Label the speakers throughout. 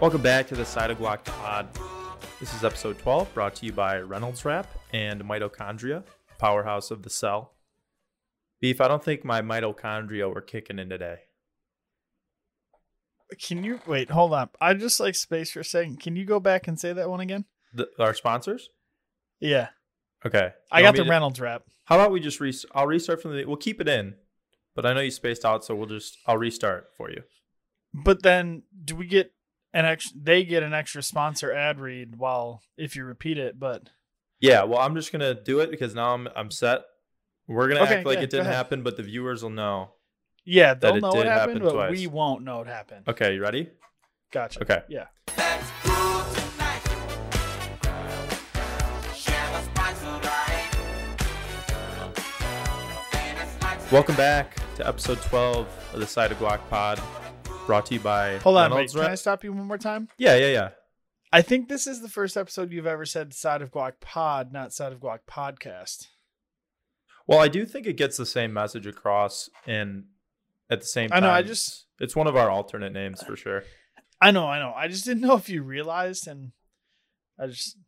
Speaker 1: Welcome back to the Side of Glock Pod. This is episode 12, brought to you by Reynolds Wrap and Mitochondria, powerhouse of the cell. Beef, I don't think my mitochondria were kicking in today.
Speaker 2: Can you wait? Hold on. I just like space for a second. Can you go back and say that one again?
Speaker 1: The, our sponsors?
Speaker 2: Yeah,
Speaker 1: Okay. You
Speaker 2: I
Speaker 1: want
Speaker 2: got
Speaker 1: me
Speaker 2: the
Speaker 1: to-
Speaker 2: Reynolds wrap.
Speaker 1: How about we just res? I'll restart from the. We'll keep it in, but I know you spaced out, so we'll just. I'll restart for you.
Speaker 2: But then, do we get an extra? They get an extra sponsor ad read while if you repeat it. But
Speaker 1: Yeah. Well, I'm just gonna do it because now I'm I'm set. We're gonna
Speaker 2: Okay,
Speaker 1: act like
Speaker 2: yeah,
Speaker 1: it
Speaker 2: go
Speaker 1: didn't
Speaker 2: ahead.
Speaker 1: happen, but the viewers will know.
Speaker 2: yeah, they'll
Speaker 1: it
Speaker 2: know
Speaker 1: did
Speaker 2: what happened,
Speaker 1: happen
Speaker 2: but
Speaker 1: twice.
Speaker 2: we won't know it happened.
Speaker 1: Okay. You ready?
Speaker 2: Gotcha.
Speaker 1: Okay.
Speaker 2: Yeah.
Speaker 3: Let's cool tonight. Share a spice of life. And a slice of
Speaker 1: Welcome back to episode 12 of the Side of Glock Pod, brought to you by.
Speaker 2: Hold on. Wait,
Speaker 1: Reynolds
Speaker 2: can
Speaker 1: Rep-
Speaker 2: I stop you one more time?
Speaker 1: yeah. Yeah. Yeah.
Speaker 2: I think this is the first episode you've ever said "Side of Guac Pod," not "Side of Guac Podcast."
Speaker 1: Well, I do think it gets the same message across, and at the same time,
Speaker 2: I know, I just-
Speaker 1: it's one of our alternate names for sure.
Speaker 2: I know, I know. I just didn't know if you realized, and I just,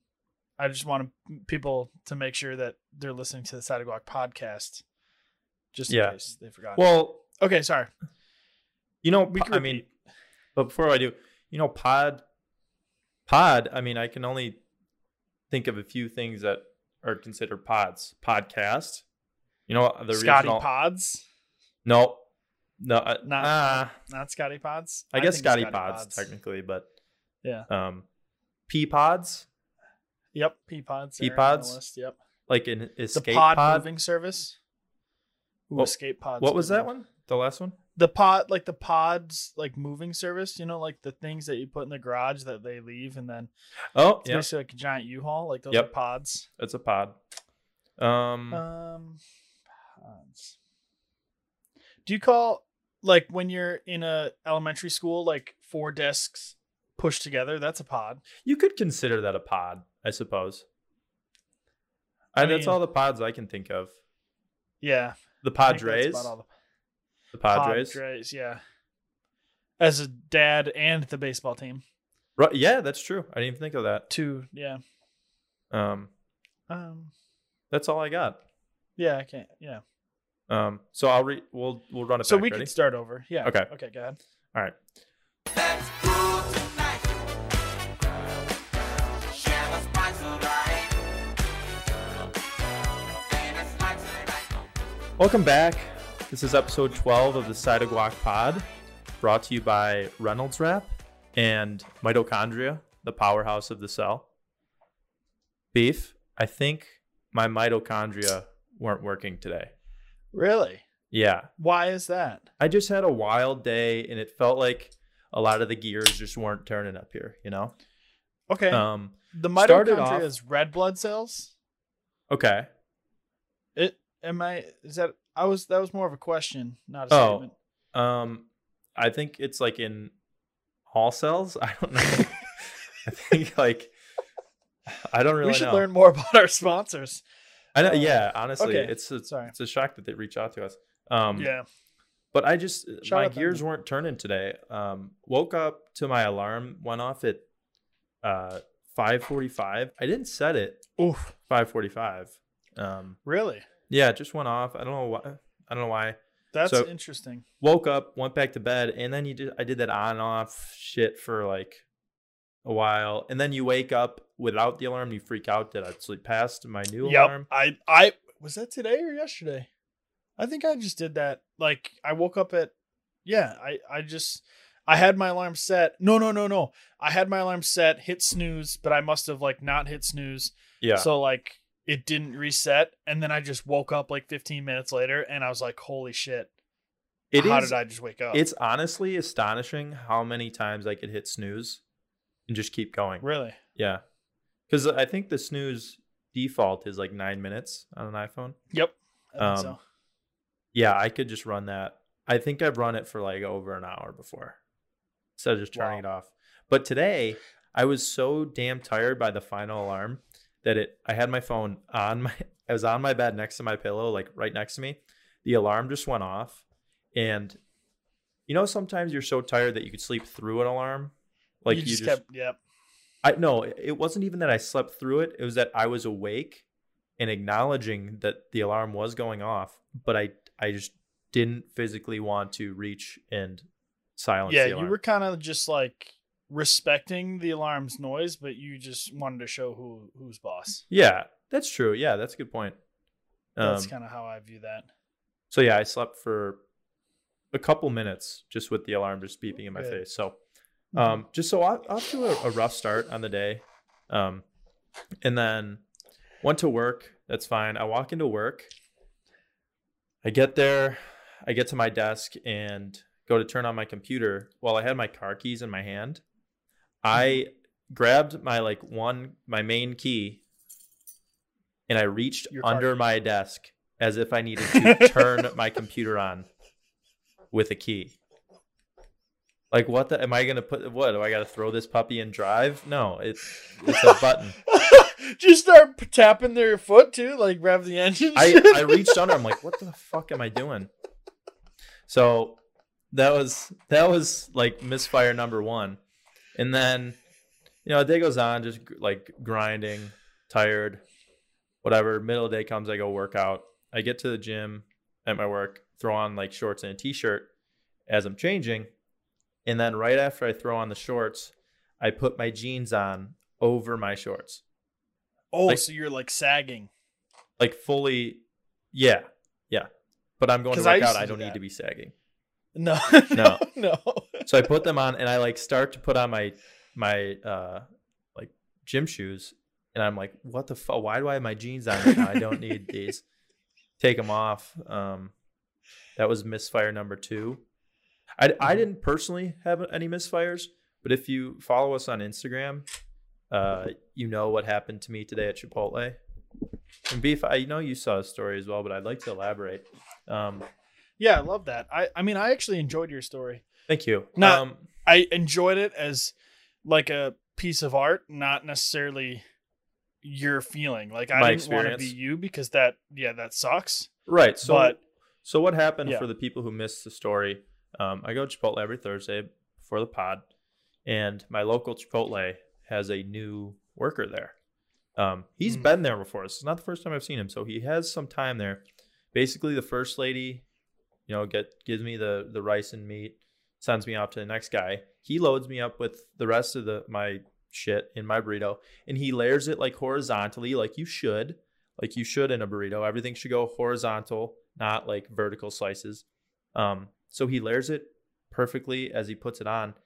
Speaker 2: I just want people to make sure that they're listening to the Side of Guac podcast, just in
Speaker 1: Yeah.
Speaker 2: case they forgot.
Speaker 1: Well,
Speaker 2: okay, sorry.
Speaker 1: You know,
Speaker 2: Uh, We
Speaker 1: po-
Speaker 2: can
Speaker 1: I mean, but before I do, you know, pod, pod. I mean, I can only think of a few things that are considered pods. Podcast. You know, the
Speaker 2: Scotty
Speaker 1: regional.
Speaker 2: Pods,
Speaker 1: No, no, uh,
Speaker 2: Not-
Speaker 1: ah,
Speaker 2: not Scotty Pods.
Speaker 1: I guess
Speaker 2: think
Speaker 1: Scotty pods, technically, but
Speaker 2: Yeah.
Speaker 1: um, pea pods
Speaker 2: Yep, P Pods.
Speaker 1: Pea
Speaker 2: are on the
Speaker 1: pods?
Speaker 2: list, Yep.
Speaker 1: like an
Speaker 2: The
Speaker 1: escape
Speaker 2: pod,
Speaker 1: pod.
Speaker 2: moving service. Ooh,
Speaker 1: What-
Speaker 2: escape pods.
Speaker 1: What was that
Speaker 2: moving.
Speaker 1: one? The last one?
Speaker 2: The pod, like the pods, like moving service. You know, like the things that you put in the garage that they leave, and then
Speaker 1: Oh,
Speaker 2: it's
Speaker 1: yeah,
Speaker 2: basically like a giant U-Haul. Like those are
Speaker 1: Yep.
Speaker 2: pods.
Speaker 1: it's a pod. Um,
Speaker 2: Um, pods. Do you call like when you're in a elementary school, like four desks pushed together? That's a pod.
Speaker 1: You could consider that a pod, I suppose. I
Speaker 2: I
Speaker 1: that's
Speaker 2: mean-
Speaker 1: all the pods I can think of.
Speaker 2: Yeah,
Speaker 1: The
Speaker 2: I think that's
Speaker 1: Padres,
Speaker 2: about all the-
Speaker 1: the Padres.
Speaker 2: Padres, yeah. As a dad and the baseball team,
Speaker 1: Right, yeah, that's true. I didn't even think of that.
Speaker 2: too. Yeah.
Speaker 1: Um,
Speaker 2: Um.
Speaker 1: that's all I got.
Speaker 2: Yeah, I can't. Yeah.
Speaker 1: Um, so I'll re- we'll we'll run it
Speaker 2: So
Speaker 1: back.
Speaker 2: we
Speaker 1: Ready?
Speaker 2: can start over. Yeah.
Speaker 1: Okay.
Speaker 2: Okay. Go ahead.
Speaker 1: all right.
Speaker 3: Let's cool tonight. Share a spice of life. And a slice of life.
Speaker 1: Welcome back. This is episode 12 of the Side of Guac Pod, brought to you by Reynolds Wrap and Mitochondria, the powerhouse of the cell. Beef, I think my mitochondria weren't working today.
Speaker 2: Really?
Speaker 1: Yeah.
Speaker 2: Why is that?
Speaker 1: I just had a wild day and it felt like a lot of the gears just weren't turning up here, you know?
Speaker 2: Okay.
Speaker 1: Um
Speaker 2: the
Speaker 1: started
Speaker 2: mitochondria
Speaker 1: off-
Speaker 2: is red blood cells.
Speaker 1: okay.
Speaker 2: It am I is that I was that was more of a question, not a
Speaker 1: Oh.
Speaker 2: statement.
Speaker 1: Um I think it's like in all cells. I don't know. I think like I don't really
Speaker 2: we should
Speaker 1: know.
Speaker 2: learn more about our sponsors.
Speaker 1: I know
Speaker 2: uh,
Speaker 1: yeah, honestly.
Speaker 2: okay.
Speaker 1: It's a,
Speaker 2: Sorry.
Speaker 1: it's a shock that they reach out to us. Um
Speaker 2: Yeah.
Speaker 1: but I just
Speaker 2: Shout
Speaker 1: my
Speaker 2: out to
Speaker 1: gears
Speaker 2: them.
Speaker 1: weren't turning today. Um, woke up to my alarm went off at uh 5:45. I didn't set it
Speaker 2: Oof.
Speaker 1: 5:45. Um,
Speaker 2: Really?
Speaker 1: yeah, it just went off. I don't know why. I don't know why.
Speaker 2: That's
Speaker 1: So-
Speaker 2: interesting.
Speaker 1: Woke up, went back to bed, and then you did. I did that on and off shit for like a while, and then you wake up without the alarm. You freak out that I sleep past my new alarm.
Speaker 2: I I was that today or yesterday? I think I just did that. Like I woke up at yeah, I I just I had my alarm set. No, no, no, no. I had my alarm set, hit snooze, but I must have like not hit snooze.
Speaker 1: Yeah,
Speaker 2: So like it didn't reset and then I just woke up like 15 minutes later and I was like, "Holy shit.
Speaker 1: it
Speaker 2: how
Speaker 1: is-
Speaker 2: did I just wake up?"
Speaker 1: It's honestly astonishing how many times I could hit snooze and just keep going.
Speaker 2: really
Speaker 1: Yeah, because I think the snooze default is like nine minutes on an iPhone.
Speaker 2: Yep. I think
Speaker 1: Um,
Speaker 2: so.
Speaker 1: Yeah, I could just run that. I think I've run it for like over an hour before instead of just turning it off. But today, I was so damn tired by the final alarm that it. I had my phone on my. I was on my bed next to my pillow, like right next to me. The alarm just went off, and you know sometimes you're so tired that you could sleep through an alarm. Like you, just,
Speaker 2: kept, yep.
Speaker 1: I no, it- it wasn't even that I slept through it. It was that I was awake and acknowledging that the alarm was going off, but I I just didn't physically want to reach and silence
Speaker 2: Yeah,
Speaker 1: the
Speaker 2: you
Speaker 1: alarm.
Speaker 2: were kind of just like respecting the alarm's noise, but you just wanted to show who who's boss.
Speaker 1: yeah, that's true. Yeah, that's a good point.
Speaker 2: That's
Speaker 1: Um,
Speaker 2: kind of how I view that.
Speaker 1: So yeah, I slept for a couple minutes just with the alarm just beeping in my
Speaker 2: Good.
Speaker 1: face. So
Speaker 2: Mm-hmm.
Speaker 1: um, just so off, off to a, a rough start on the day, um, and then went to work. That's fine. I walk into work. I get there. I get to my desk and go to turn on my computer. While I had my car keys in my hand, I
Speaker 2: Mm-hmm.
Speaker 1: grabbed my like one my main key, and I reached
Speaker 2: Your car
Speaker 1: under
Speaker 2: key.
Speaker 1: my desk as if I needed to turn my computer on with a key. Like what the am I gonna put what do I gotta throw this puppy in drive? No, it's it's a button.
Speaker 2: just start p- tapping their foot too, like rev the engine.
Speaker 1: I, I reached under, I'm like, what the fuck am I doing? So that was that was like misfire number one. And then you know, the day goes on, just gr- like grinding, tired, whatever. Middle of the day comes, I go work out. I get to the gym at my work, throw on like shorts and a t shirt as I'm changing. And then right after I throw on the shorts, I put my jeans on over my shorts.
Speaker 2: oh,
Speaker 1: like-
Speaker 2: so you're like sagging.
Speaker 1: Like fully yeah. Yeah. But I'm going to
Speaker 2: 'Cause I
Speaker 1: work
Speaker 2: used
Speaker 1: out.
Speaker 2: to
Speaker 1: I
Speaker 2: do
Speaker 1: don't need
Speaker 2: that.
Speaker 1: to be sagging.
Speaker 2: No,
Speaker 1: No.
Speaker 2: no, no.
Speaker 1: so I put them on and I like start to put on my my uh like gym shoes and I'm like, what the fuck? Why do I have my jeans on right now? I don't need these. Take them off. Um, that was misfire number two. I I didn't personally have any misfires, but if you follow us on Instagram, uh, you know what happened to me today at Chipotle. And beef, I know you saw a story as well, but I'd like to elaborate. Um,
Speaker 2: Yeah, I love that. I I mean, I actually enjoyed your story.
Speaker 1: thank you.
Speaker 2: No.
Speaker 1: um,
Speaker 2: I enjoyed it as like a piece of art, not necessarily your feeling. Like I
Speaker 1: My
Speaker 2: didn't want to
Speaker 1: experience.
Speaker 2: be you because that yeah, that sucks.
Speaker 1: Right. So,
Speaker 2: But-
Speaker 1: so what happened
Speaker 2: Yeah.
Speaker 1: for the people who missed the story? Um, I go to Chipotle every Thursday for the pod, and my local Chipotle has a new worker there. Um, he's
Speaker 2: Mm.
Speaker 1: been there before. This is not the first time I've seen him, so he has some time there. Basically, the first lady, you know, get gives me the the rice and meat, sends me off to the next guy. He loads me up with the rest of the my shit in my burrito, and he layers it like horizontally, like you should like you should in a burrito. Everything should go horizontal, not like vertical slices. Um, so he layers it perfectly as he puts it on,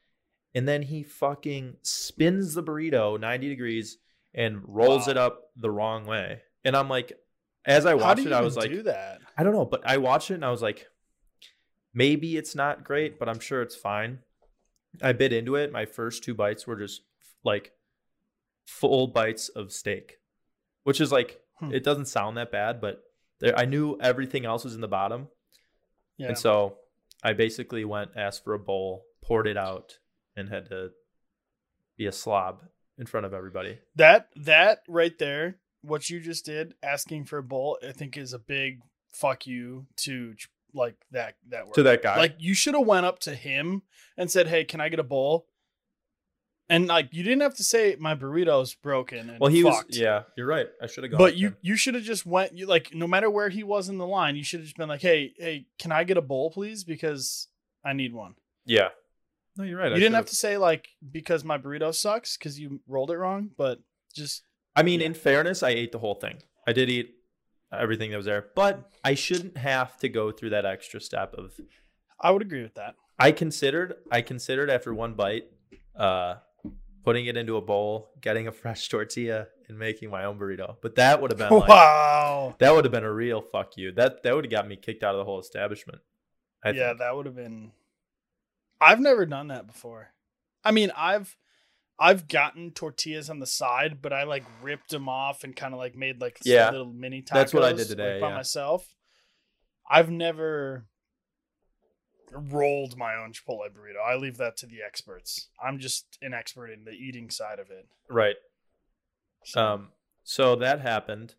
Speaker 1: and then he fucking spins the burrito 90 degrees and rolls
Speaker 2: Wow.
Speaker 1: it up the wrong way. And I'm like, as I
Speaker 2: How do
Speaker 1: watched
Speaker 2: you
Speaker 1: it, I was
Speaker 2: even
Speaker 1: like,
Speaker 2: do that?
Speaker 1: I don't know, but I watched it and I was like, maybe it's not great, but I'm sure it's fine. I bit into it. My first two bites were just like full bites of steak, which is like,
Speaker 2: Hmm.
Speaker 1: it doesn't sound that bad, but there, I knew everything else was in the bottom.
Speaker 2: Yeah.
Speaker 1: And so I basically went, asked for a bowl, poured it out, and had to be a slob in front of everybody.
Speaker 2: That that right there, what you just did, asking for a bowl, I think is a big fuck you to ch- like that that work.
Speaker 1: To that guy.
Speaker 2: Like you should have went up to him and said, "Hey, can I get a bowl?" And like you didn't have to say my burrito's broken. And
Speaker 1: well, he
Speaker 2: fucked.
Speaker 1: was, yeah, you're right. I should have gone.
Speaker 2: But
Speaker 1: with
Speaker 2: you
Speaker 1: him.
Speaker 2: you should have just went you like no matter where he was in the line, you should have just been like, "Hey, hey, can I get a bowl, please? Because I need one."
Speaker 1: yeah. No, you're right. I
Speaker 2: you didn't
Speaker 1: should've-
Speaker 2: have to say like because my burrito sucks because you rolled it wrong, but just
Speaker 1: I mean,
Speaker 2: Yeah.
Speaker 1: in fairness, I ate the whole thing. I did eat everything that was there, but I shouldn't have to go through that extra step of.
Speaker 2: I would agree with that.
Speaker 1: I considered. I considered after one bite, uh, putting it into a bowl, getting a fresh tortilla, and making my own burrito. But that would have been like,
Speaker 2: wow.
Speaker 1: that would have been a real fuck you. That that would have got me kicked out of the whole establishment. I
Speaker 2: yeah,
Speaker 1: think.
Speaker 2: that would have been. I've never done that before. I mean, I've I've gotten tortillas on the side, but I like ripped them off and kind of like made like s-
Speaker 1: Yeah,
Speaker 2: little mini tacos.
Speaker 1: that's what I did
Speaker 2: like,
Speaker 1: today,
Speaker 2: by
Speaker 1: yeah.
Speaker 2: myself. I've never rolled my own chipotle burrito. I leave that to the experts. I'm just an expert in the eating side of it.
Speaker 1: right.
Speaker 2: So,
Speaker 1: Um, so that happened.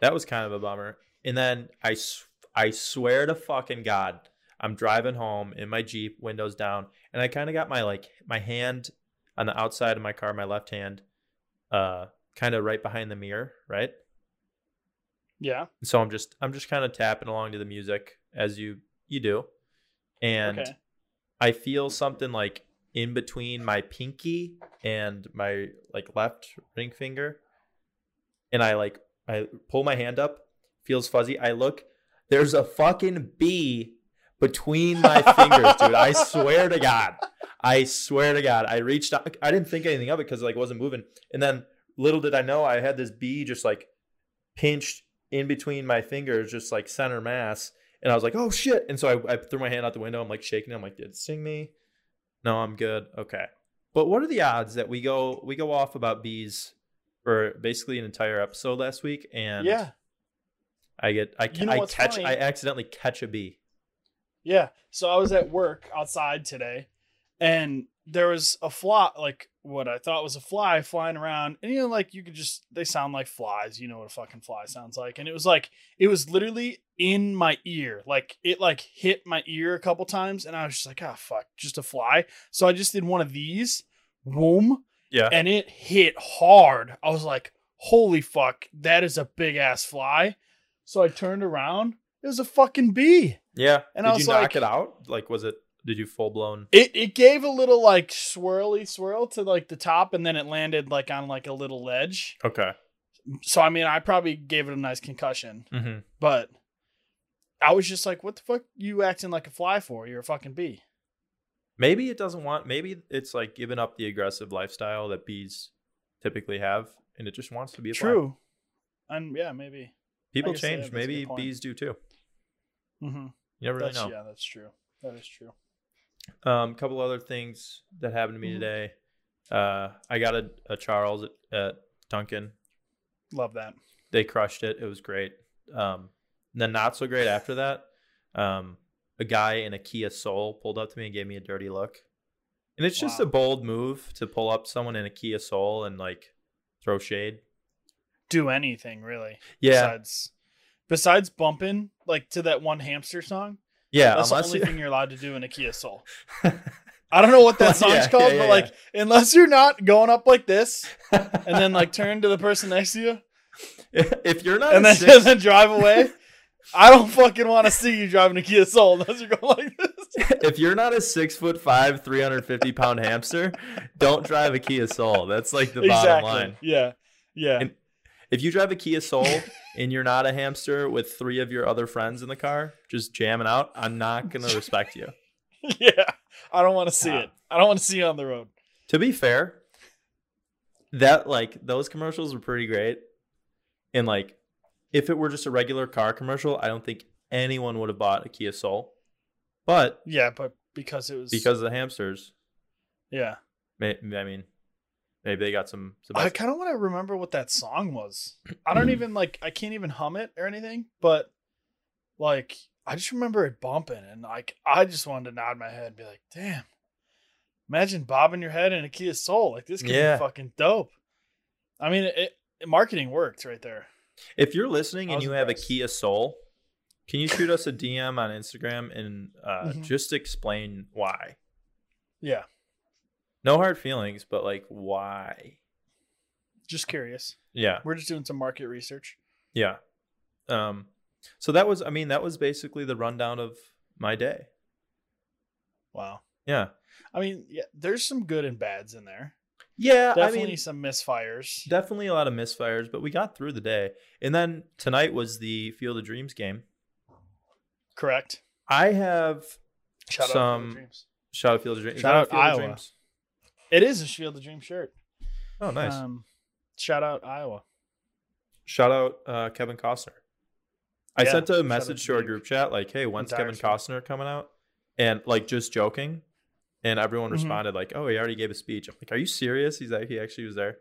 Speaker 1: That was kind of a bummer. And then I, s- I swear to fucking God, I'm driving home in my Jeep, windows down, and I kind of got my like my hand on the outside of my car, my left hand, uh, kind of right behind the mirror, right?
Speaker 2: Yeah.
Speaker 1: so i'm just i'm just kind of tapping along to the music as you you do and
Speaker 2: okay.
Speaker 1: i feel something like in between my pinky and my like left ring finger and i like i pull my hand up feels fuzzy i look there's a fucking bee between my fingers dude i swear to god i swear to god i reached out i didn't think anything of it because like it wasn't moving and then little did i know i had this bee just like pinched in between my fingers, just like center mass. And I was like, oh shit. And so I, I threw my hand out the window. I'm like shaking. it. I'm like, did it sting me? No, I'm good. Okay. But what are the odds that we go we go off about bees for basically an entire episode last week and
Speaker 2: yeah.
Speaker 1: I get I,
Speaker 2: You know
Speaker 1: I
Speaker 2: what's
Speaker 1: catch
Speaker 2: funny?
Speaker 1: I accidentally catch a bee.
Speaker 2: Yeah. So I was at work outside today and there was a fly, like what I thought was a fly flying around. And you know, like you could just, they sound like flies. You know what a fucking fly sounds like. And it was like, it was literally in my ear. Like it like hit my ear a couple times. And I was just like, ah, fuck, just a fly. So I just did one of these, boom,
Speaker 1: Yeah.
Speaker 2: and it hit hard. I was like, holy fuck, that is a big ass fly. So I turned around. It was a fucking bee.
Speaker 1: yeah.
Speaker 2: and
Speaker 1: did
Speaker 2: I
Speaker 1: you
Speaker 2: was
Speaker 1: knock
Speaker 2: like-
Speaker 1: it out? Like was it did you full blown
Speaker 2: It it gave a little like swirly swirl to like the top, and then it landed like on like a little ledge.
Speaker 1: Okay.
Speaker 2: So I mean, I probably gave it a nice concussion,
Speaker 1: Mm-hmm.
Speaker 2: but I was just like, "What the fuck? You acting like a fly for? You're a fucking bee."
Speaker 1: Maybe it doesn't want maybe it's like giving up the aggressive lifestyle that bees typically have and it just wants to be a fly.
Speaker 2: True, and yeah, maybe.
Speaker 1: People
Speaker 2: guess, yeah,
Speaker 1: change.
Speaker 2: that's a
Speaker 1: Maybe
Speaker 2: good point.
Speaker 1: bees do too.
Speaker 2: Mm-hmm.
Speaker 1: You never really
Speaker 2: That's,
Speaker 1: know.
Speaker 2: Yeah, that's true. That is true.
Speaker 1: Um, a couple other things that happened to me
Speaker 2: Mhm.
Speaker 1: today. Uh, I got a, a Charles at, at Duncan.
Speaker 2: Love that.
Speaker 1: They crushed it. It was great. Um, and then not so great after that. Um, a guy in a Kia Soul pulled up to me and gave me a dirty look. And it's just
Speaker 2: Wow.
Speaker 1: a bold move to pull up someone in a Kia Soul and like throw shade.
Speaker 2: Do anything really?
Speaker 1: Yeah,
Speaker 2: Besides, besides bumping like to that one hamster song.
Speaker 1: yeah.
Speaker 2: That's
Speaker 1: unless
Speaker 2: the
Speaker 1: you-
Speaker 2: only thing you're allowed to do in a Kia Soul. I don't know what that
Speaker 1: Yeah,
Speaker 2: song's called,
Speaker 1: yeah,
Speaker 2: but
Speaker 1: yeah,
Speaker 2: like unless you're not going up like this and then like turn to the person next to you
Speaker 1: if you're not,
Speaker 2: and
Speaker 1: a
Speaker 2: then,
Speaker 1: six-
Speaker 2: and then drive away, I don't fucking want to see you driving a Kia Soul unless you're going like this.
Speaker 1: if you're not a six foot five, 350 pound hamster, don't drive a Kia Soul. That's like the bottom line.
Speaker 2: Yeah. Yeah.
Speaker 1: And- If you drive a Kia Soul and you're not a hamster with three of your other friends in the car, just jamming out, I'm not going to respect you.
Speaker 2: yeah. I don't want to see
Speaker 1: Yeah.
Speaker 2: it. I don't want to see you on the road.
Speaker 1: To be fair, that like those commercials were pretty great. And like, if it were just a regular car commercial, I don't think anyone would have bought a Kia Soul. But
Speaker 2: Yeah, but because it was
Speaker 1: because of the hamsters,
Speaker 2: yeah.
Speaker 1: may, I mean, maybe they got some. some
Speaker 2: I kind of want to remember what that song was. I don't even like I can't even hum it or anything, but like I just remember it bumping and like I just wanted to nod my head and be like, "Damn. Imagine bobbing your head in a Kia Soul. Like this could
Speaker 1: Yeah.
Speaker 2: be fucking dope." I mean, it, it marketing worked right there.
Speaker 1: If you're listening
Speaker 2: I
Speaker 1: and
Speaker 2: was
Speaker 1: you have a
Speaker 2: impressed.
Speaker 1: Kia Soul, can you shoot us a DM on Instagram and uh,
Speaker 2: Mhm.
Speaker 1: just explain why?
Speaker 2: Yeah,
Speaker 1: No hard feelings, but like why?
Speaker 2: just curious.
Speaker 1: Yeah,
Speaker 2: We're just doing some market research.
Speaker 1: yeah. Um, so that was, I mean, that was basically the rundown of my day.
Speaker 2: Wow.
Speaker 1: Yeah,
Speaker 2: I mean, yeah, there's some good and bads in there.
Speaker 1: yeah.
Speaker 2: Definitely
Speaker 1: I mean,
Speaker 2: some misfires.
Speaker 1: definitely a lot of misfires, but we got through the day. And then tonight was the Field of Dreams game.
Speaker 2: Correct.
Speaker 1: I have
Speaker 2: Shout out to
Speaker 1: Some-
Speaker 2: the Dreams.
Speaker 1: shout out Field of Dreams. Is
Speaker 2: Shout
Speaker 1: that
Speaker 2: out
Speaker 1: Field of
Speaker 2: Iowa. It is a Shield of Dream shirt.
Speaker 1: Oh, nice.
Speaker 2: Um, shout out Iowa.
Speaker 1: Shout out uh, Kevin Costner. I
Speaker 2: Yeah,
Speaker 1: sent a
Speaker 2: shout out
Speaker 1: message
Speaker 2: to
Speaker 1: to our
Speaker 2: Duke.
Speaker 1: group chat like, "Hey, when's
Speaker 2: Entire
Speaker 1: Kevin
Speaker 2: show.
Speaker 1: Costner coming out?" And like just joking, and everyone
Speaker 2: Mhm.
Speaker 1: responded like, "Oh, he already gave a speech." I'm like, "Are you serious?" He's like, "He actually was there."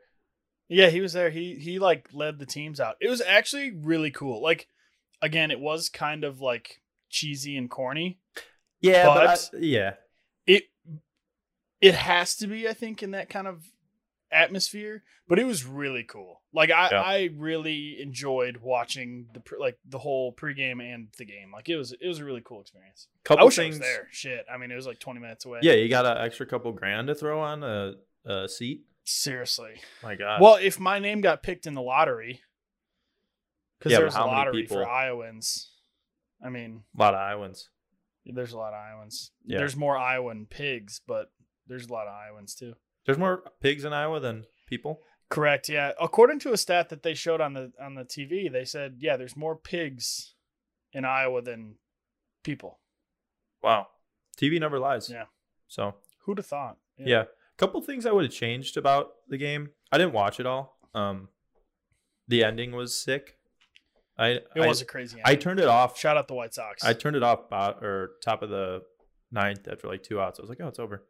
Speaker 2: Yeah, he was there. He he like led the teams out. It was actually really cool. Like again, it was kind of like cheesy and corny.
Speaker 1: Yeah,
Speaker 2: but
Speaker 1: but, I- yeah,
Speaker 2: It it has to be, I think, in that kind of atmosphere, but it was really cool. Like I
Speaker 1: Yeah.
Speaker 2: I really enjoyed watching the pre- like the whole pregame and the game. Like it was it was a really cool experience. I
Speaker 1: couple
Speaker 2: wish I
Speaker 1: things.
Speaker 2: was there. Shit. I mean, it was like 20 minutes away.
Speaker 1: Yeah, you got an extra couple grand to throw on a a seat.
Speaker 2: Seriously.
Speaker 1: My God.
Speaker 2: well, if my name got picked in the lottery, because
Speaker 1: Yeah, but
Speaker 2: there's a
Speaker 1: how many
Speaker 2: lottery for
Speaker 1: people-
Speaker 2: Iowans. I mean,
Speaker 1: a lot of Iowans.
Speaker 2: there's a lot of Iowans.
Speaker 1: Yeah.
Speaker 2: There's more Iowan pigs, but there's a lot of Iowans too.
Speaker 1: There's more pigs in Iowa than people.
Speaker 2: Correct. Yeah. According to a stat that they showed on the on the TV, they said, yeah, there's more pigs in Iowa than people.
Speaker 1: Wow. TV never lies.
Speaker 2: Yeah.
Speaker 1: So
Speaker 2: Who'd have thought?
Speaker 1: yeah. A couple things I would have changed about the game. I didn't watch it all. Um the ending was sick. I
Speaker 2: It
Speaker 1: I,
Speaker 2: was a crazy.
Speaker 1: I
Speaker 2: ending.
Speaker 1: turned it off.
Speaker 2: Shout out the White Sox.
Speaker 1: I turned it off bot or top of the ninth after like two outs. I was like, oh, it's over.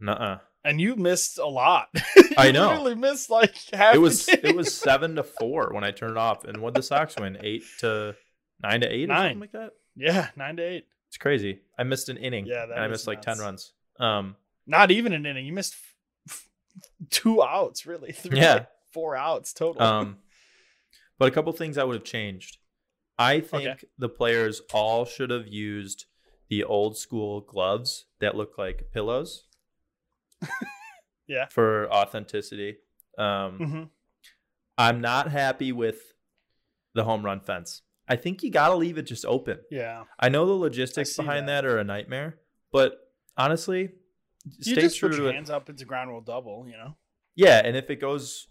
Speaker 1: Nuh-uh.
Speaker 2: and you missed a lot.
Speaker 1: I know.
Speaker 2: You really missed like half.
Speaker 1: It was
Speaker 2: the game.
Speaker 1: it was seven to four when I turned it off. And what the Sox win? Eight to nine to eight or
Speaker 2: Nine.
Speaker 1: something like that.
Speaker 2: yeah nine to eight.
Speaker 1: It's crazy. I missed an inning.
Speaker 2: Yeah, that
Speaker 1: and I
Speaker 2: is
Speaker 1: missed like ten
Speaker 2: nuts.
Speaker 1: runs. Um,
Speaker 2: Not even an inning. You missed f- f- two outs really. Three,
Speaker 1: Yeah.
Speaker 2: four outs total.
Speaker 1: um, but a couple things I would have changed. I think the players all should have used the old school gloves that look like pillows.
Speaker 2: Yeah.
Speaker 1: For authenticity. Um,
Speaker 2: Mhm.
Speaker 1: I'm not happy with the home run fence. I think you got to leave it just open.
Speaker 2: Yeah.
Speaker 1: I know the logistics
Speaker 2: see
Speaker 1: behind
Speaker 2: that.
Speaker 1: that. are a nightmare, but honestly,
Speaker 2: You
Speaker 1: stay
Speaker 2: just
Speaker 1: true
Speaker 2: put
Speaker 1: to
Speaker 2: your
Speaker 1: it.
Speaker 2: hands up. It's a ground rule double. You know.
Speaker 1: Yeah, and if it goes,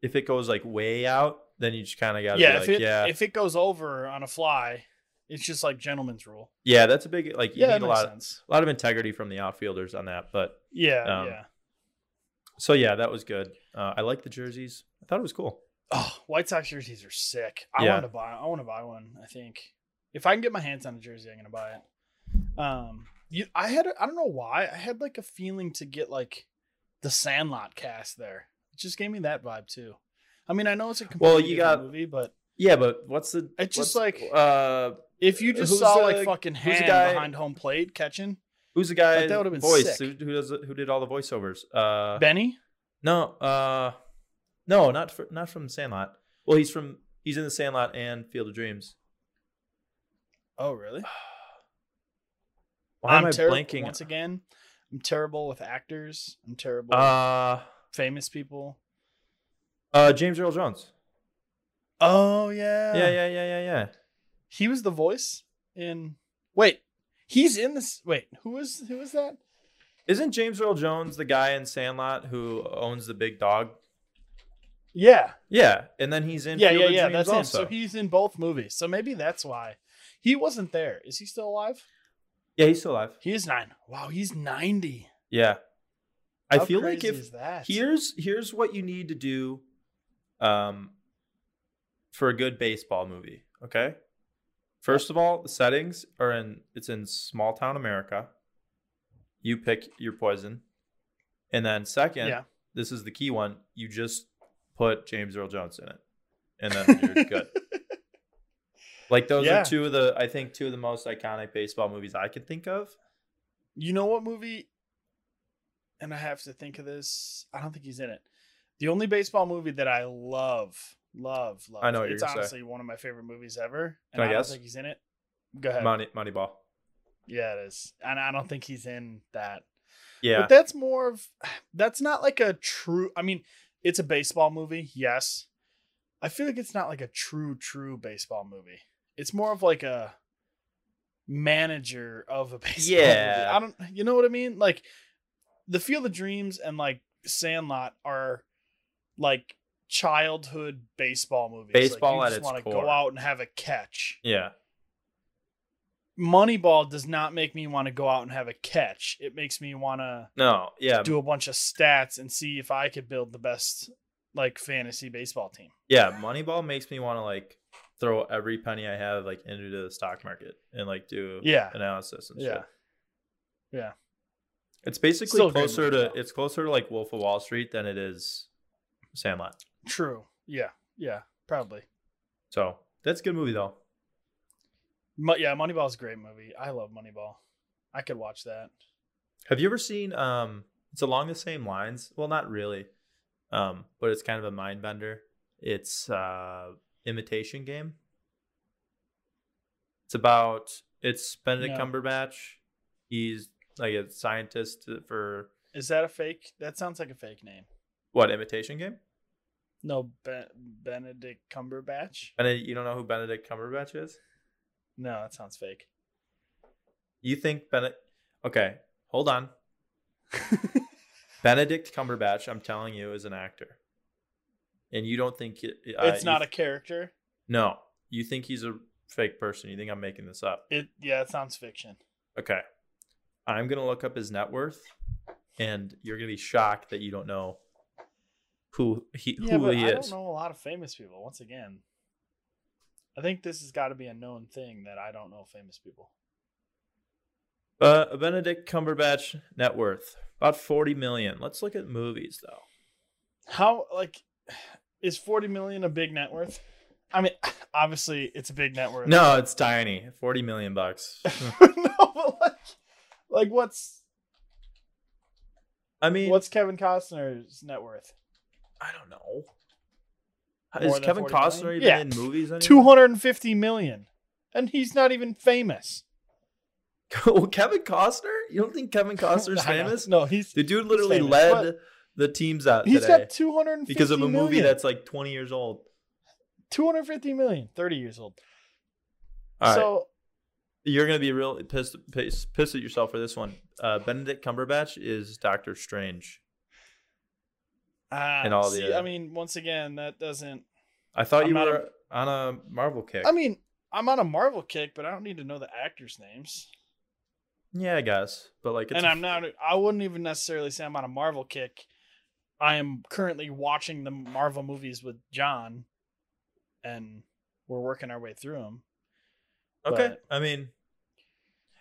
Speaker 1: if it goes like way out, then you just kind of got to
Speaker 2: yeah.
Speaker 1: be
Speaker 2: if
Speaker 1: like,
Speaker 2: it
Speaker 1: yeah,
Speaker 2: if it goes over on a fly, it's just like gentleman's rule.
Speaker 1: yeah. That's a big like. You
Speaker 2: yeah, that
Speaker 1: need a
Speaker 2: makes
Speaker 1: lot,
Speaker 2: sense.
Speaker 1: a lot of integrity from the outfielders on that. But
Speaker 2: Yeah.
Speaker 1: Um,
Speaker 2: yeah.
Speaker 1: so yeah, that was good. Uh, I like the jerseys. I thought it was cool.
Speaker 2: Oh, White Sox jerseys are sick. I
Speaker 1: Yeah.
Speaker 2: want to buy. I want to buy one. I think if I can get my hands on a jersey, I'm gonna buy it. Um, you, I had. A, I don't know why. I had like a feeling to get like the Sandlot cast there. It just gave me that vibe too. I mean, I know it's a completely
Speaker 1: Well, you
Speaker 2: different
Speaker 1: got-
Speaker 2: movie, but
Speaker 1: Yeah, but what's the?
Speaker 2: It's just
Speaker 1: what's-
Speaker 2: like-
Speaker 1: uh,
Speaker 2: if you just
Speaker 1: Who's
Speaker 2: saw
Speaker 1: the-
Speaker 2: like fucking
Speaker 1: who's the
Speaker 2: hand
Speaker 1: guy-
Speaker 2: behind home plate catching
Speaker 1: who's the guy?
Speaker 2: Like, that would've been
Speaker 1: voice
Speaker 2: sick.
Speaker 1: Who, who does who did all the voiceovers? Uh,
Speaker 2: Benny,
Speaker 1: no, uh, no, not fr- not from Sandlot. Well, he's from he's in the Sandlot and Field of Dreams.
Speaker 2: oh really?
Speaker 1: Why am
Speaker 2: I'm
Speaker 1: I
Speaker 2: terrib-
Speaker 1: blanking?
Speaker 2: once again? I'm terrible with actors. I'm terrible with
Speaker 1: Uh,
Speaker 2: famous people.
Speaker 1: uh, James Earl Jones.
Speaker 2: Oh yeah,
Speaker 1: Yeah, yeah, yeah, yeah, yeah.
Speaker 2: He was the voice in. Wait, he's in this. Wait, who is who is that?
Speaker 1: Isn't James Earl Jones the guy in Sandlot who owns the big dog?
Speaker 2: Yeah,
Speaker 1: Yeah, and then he's in
Speaker 2: yeah,
Speaker 1: Field
Speaker 2: yeah,
Speaker 1: of
Speaker 2: yeah.
Speaker 1: Dreams
Speaker 2: That's him.
Speaker 1: also.
Speaker 2: So he's in both movies. So maybe that's why he wasn't there. Is he still alive?
Speaker 1: yeah, he's still alive.
Speaker 2: He is nine. Wow, he's ninety.
Speaker 1: Yeah, I
Speaker 2: How
Speaker 1: feel like
Speaker 2: crazy
Speaker 1: if
Speaker 2: is that
Speaker 1: here's here's what you need to do, um, for a good baseball movie. Okay, first of all, the settings are in it's in small town America. You pick your poison, and then second,
Speaker 2: Yeah.
Speaker 1: this is the key one. You just put James Earl Jones in it, and then you're good. Like those
Speaker 2: Yeah.
Speaker 1: are two of the I think two of the most iconic baseball movies I can think of.
Speaker 2: You know what movie? And I have to think of this. I don't think he's in it. The only baseball movie that I love, love, love.
Speaker 1: I know what you're
Speaker 2: it's
Speaker 1: gonna say.
Speaker 2: honestly one of my favorite movies ever.
Speaker 1: Can
Speaker 2: And
Speaker 1: I
Speaker 2: I, don't
Speaker 1: guess?
Speaker 2: think he's in it. Go ahead.
Speaker 1: Money Moneyball.
Speaker 2: Yeah, it is. And I don't think he's in that.
Speaker 1: Yeah.
Speaker 2: But that's more of that's not like a true I mean, it's a baseball movie, yes. I feel like it's not like a true true baseball movie. It's more of like a manager of a baseball movie.
Speaker 1: Yeah.
Speaker 2: I don't you know what I mean? Like The Field of Dreams and like Sandlot are like childhood baseball movies.
Speaker 1: Baseball
Speaker 2: like
Speaker 1: at
Speaker 2: you just
Speaker 1: its
Speaker 2: want to go
Speaker 1: core.
Speaker 2: out and have a catch.
Speaker 1: yeah.
Speaker 2: Moneyball does not make me want to go out and have a catch. It makes me want to
Speaker 1: No. Yeah.
Speaker 2: do a bunch of stats and see if I could build the best like fantasy baseball team.
Speaker 1: Yeah, Moneyball makes me want to like throw every penny I have like into the stock market and like do
Speaker 2: Yeah.
Speaker 1: analysis and
Speaker 2: Yeah.
Speaker 1: shit.
Speaker 2: Yeah.
Speaker 1: It's basically
Speaker 2: Still a great
Speaker 1: closer
Speaker 2: movie,
Speaker 1: to
Speaker 2: though.
Speaker 1: it's closer to like Wolf of Wall Street than it is Sandlot.
Speaker 2: True. Yeah. Yeah. Probably.
Speaker 1: So that's a good movie though.
Speaker 2: Mo- yeah, Moneyball's a great movie. I love Moneyball. I could watch that.
Speaker 1: Have you ever seen um it's along the same lines? Well not really. Um, but it's kind of a mind bender. It's uh imitation game. It's about it's Benedict
Speaker 2: No.
Speaker 1: Cumberbatch. He's like a scientist for
Speaker 2: Is that a fake? That sounds like a fake name.
Speaker 1: What imitation game?
Speaker 2: No, Be- Benedict Cumberbatch.
Speaker 1: And you don't know who Benedict Cumberbatch is?
Speaker 2: No, that sounds fake.
Speaker 1: You think Benedict? Okay, hold on. Benedict Cumberbatch, I'm telling you, is an actor, and you don't think it, uh,
Speaker 2: it's
Speaker 1: you
Speaker 2: not a
Speaker 1: th-
Speaker 2: character.
Speaker 1: no. You think he's a fake person? You think I'm making this up?
Speaker 2: It yeah, it sounds fiction.
Speaker 1: Okay, I'm gonna look up his net worth, and you're gonna be shocked that you don't know who he
Speaker 2: Yeah,
Speaker 1: who
Speaker 2: but
Speaker 1: he
Speaker 2: I
Speaker 1: is.
Speaker 2: don't know a lot of famous people. Once again, I think this has got to be a known thing that I don't know famous people.
Speaker 1: Uh, Benedict Cumberbatch net worth about 40 million. Let's look at movies though.
Speaker 2: How like is forty million a big net worth? I mean, obviously it's a big net worth.
Speaker 1: No, it's tiny. 40 million bucks.
Speaker 2: no, but like, like what's
Speaker 1: I mean,
Speaker 2: what's Kevin Costner's net worth?
Speaker 1: I don't know.
Speaker 2: More
Speaker 1: Is
Speaker 2: than
Speaker 1: Kevin
Speaker 2: 40
Speaker 1: Costner
Speaker 2: million?
Speaker 1: even
Speaker 2: Yeah.
Speaker 1: in movies anymore?
Speaker 2: Two hundred and fifty million, and he's not even famous.
Speaker 1: well, Oh, Kevin Costner? You don't think Kevin Costner's
Speaker 2: I know.
Speaker 1: famous?
Speaker 2: No, he's
Speaker 1: The dude literally
Speaker 2: famous,
Speaker 1: led
Speaker 2: but-
Speaker 1: the teams out
Speaker 2: he's
Speaker 1: today
Speaker 2: got two hundred and fifty
Speaker 1: because of a movie
Speaker 2: million.
Speaker 1: that's like 20 years old.
Speaker 2: 250 million 30 years old
Speaker 1: All right.
Speaker 2: so
Speaker 1: You're going to be real pissed, pissed, pissed at yourself for this one. Uh, Benedict Cumberbatch is Doctor Strange.
Speaker 2: ah,
Speaker 1: And all the
Speaker 2: see,
Speaker 1: other-
Speaker 2: i mean once again that doesn't
Speaker 1: I thought
Speaker 2: I'm
Speaker 1: you
Speaker 2: not a-
Speaker 1: were on a Marvel kick.
Speaker 2: i mean i'm on a marvel kick but i don't need to know the actors names
Speaker 1: yeah, I guess. But like, it's
Speaker 2: and
Speaker 1: a-
Speaker 2: i i'm not i wouldn't even necessarily say i'm on a marvel kick i am currently watching the marvel movies with john and we're working our way through them
Speaker 1: Okay.
Speaker 2: but-
Speaker 1: I mean,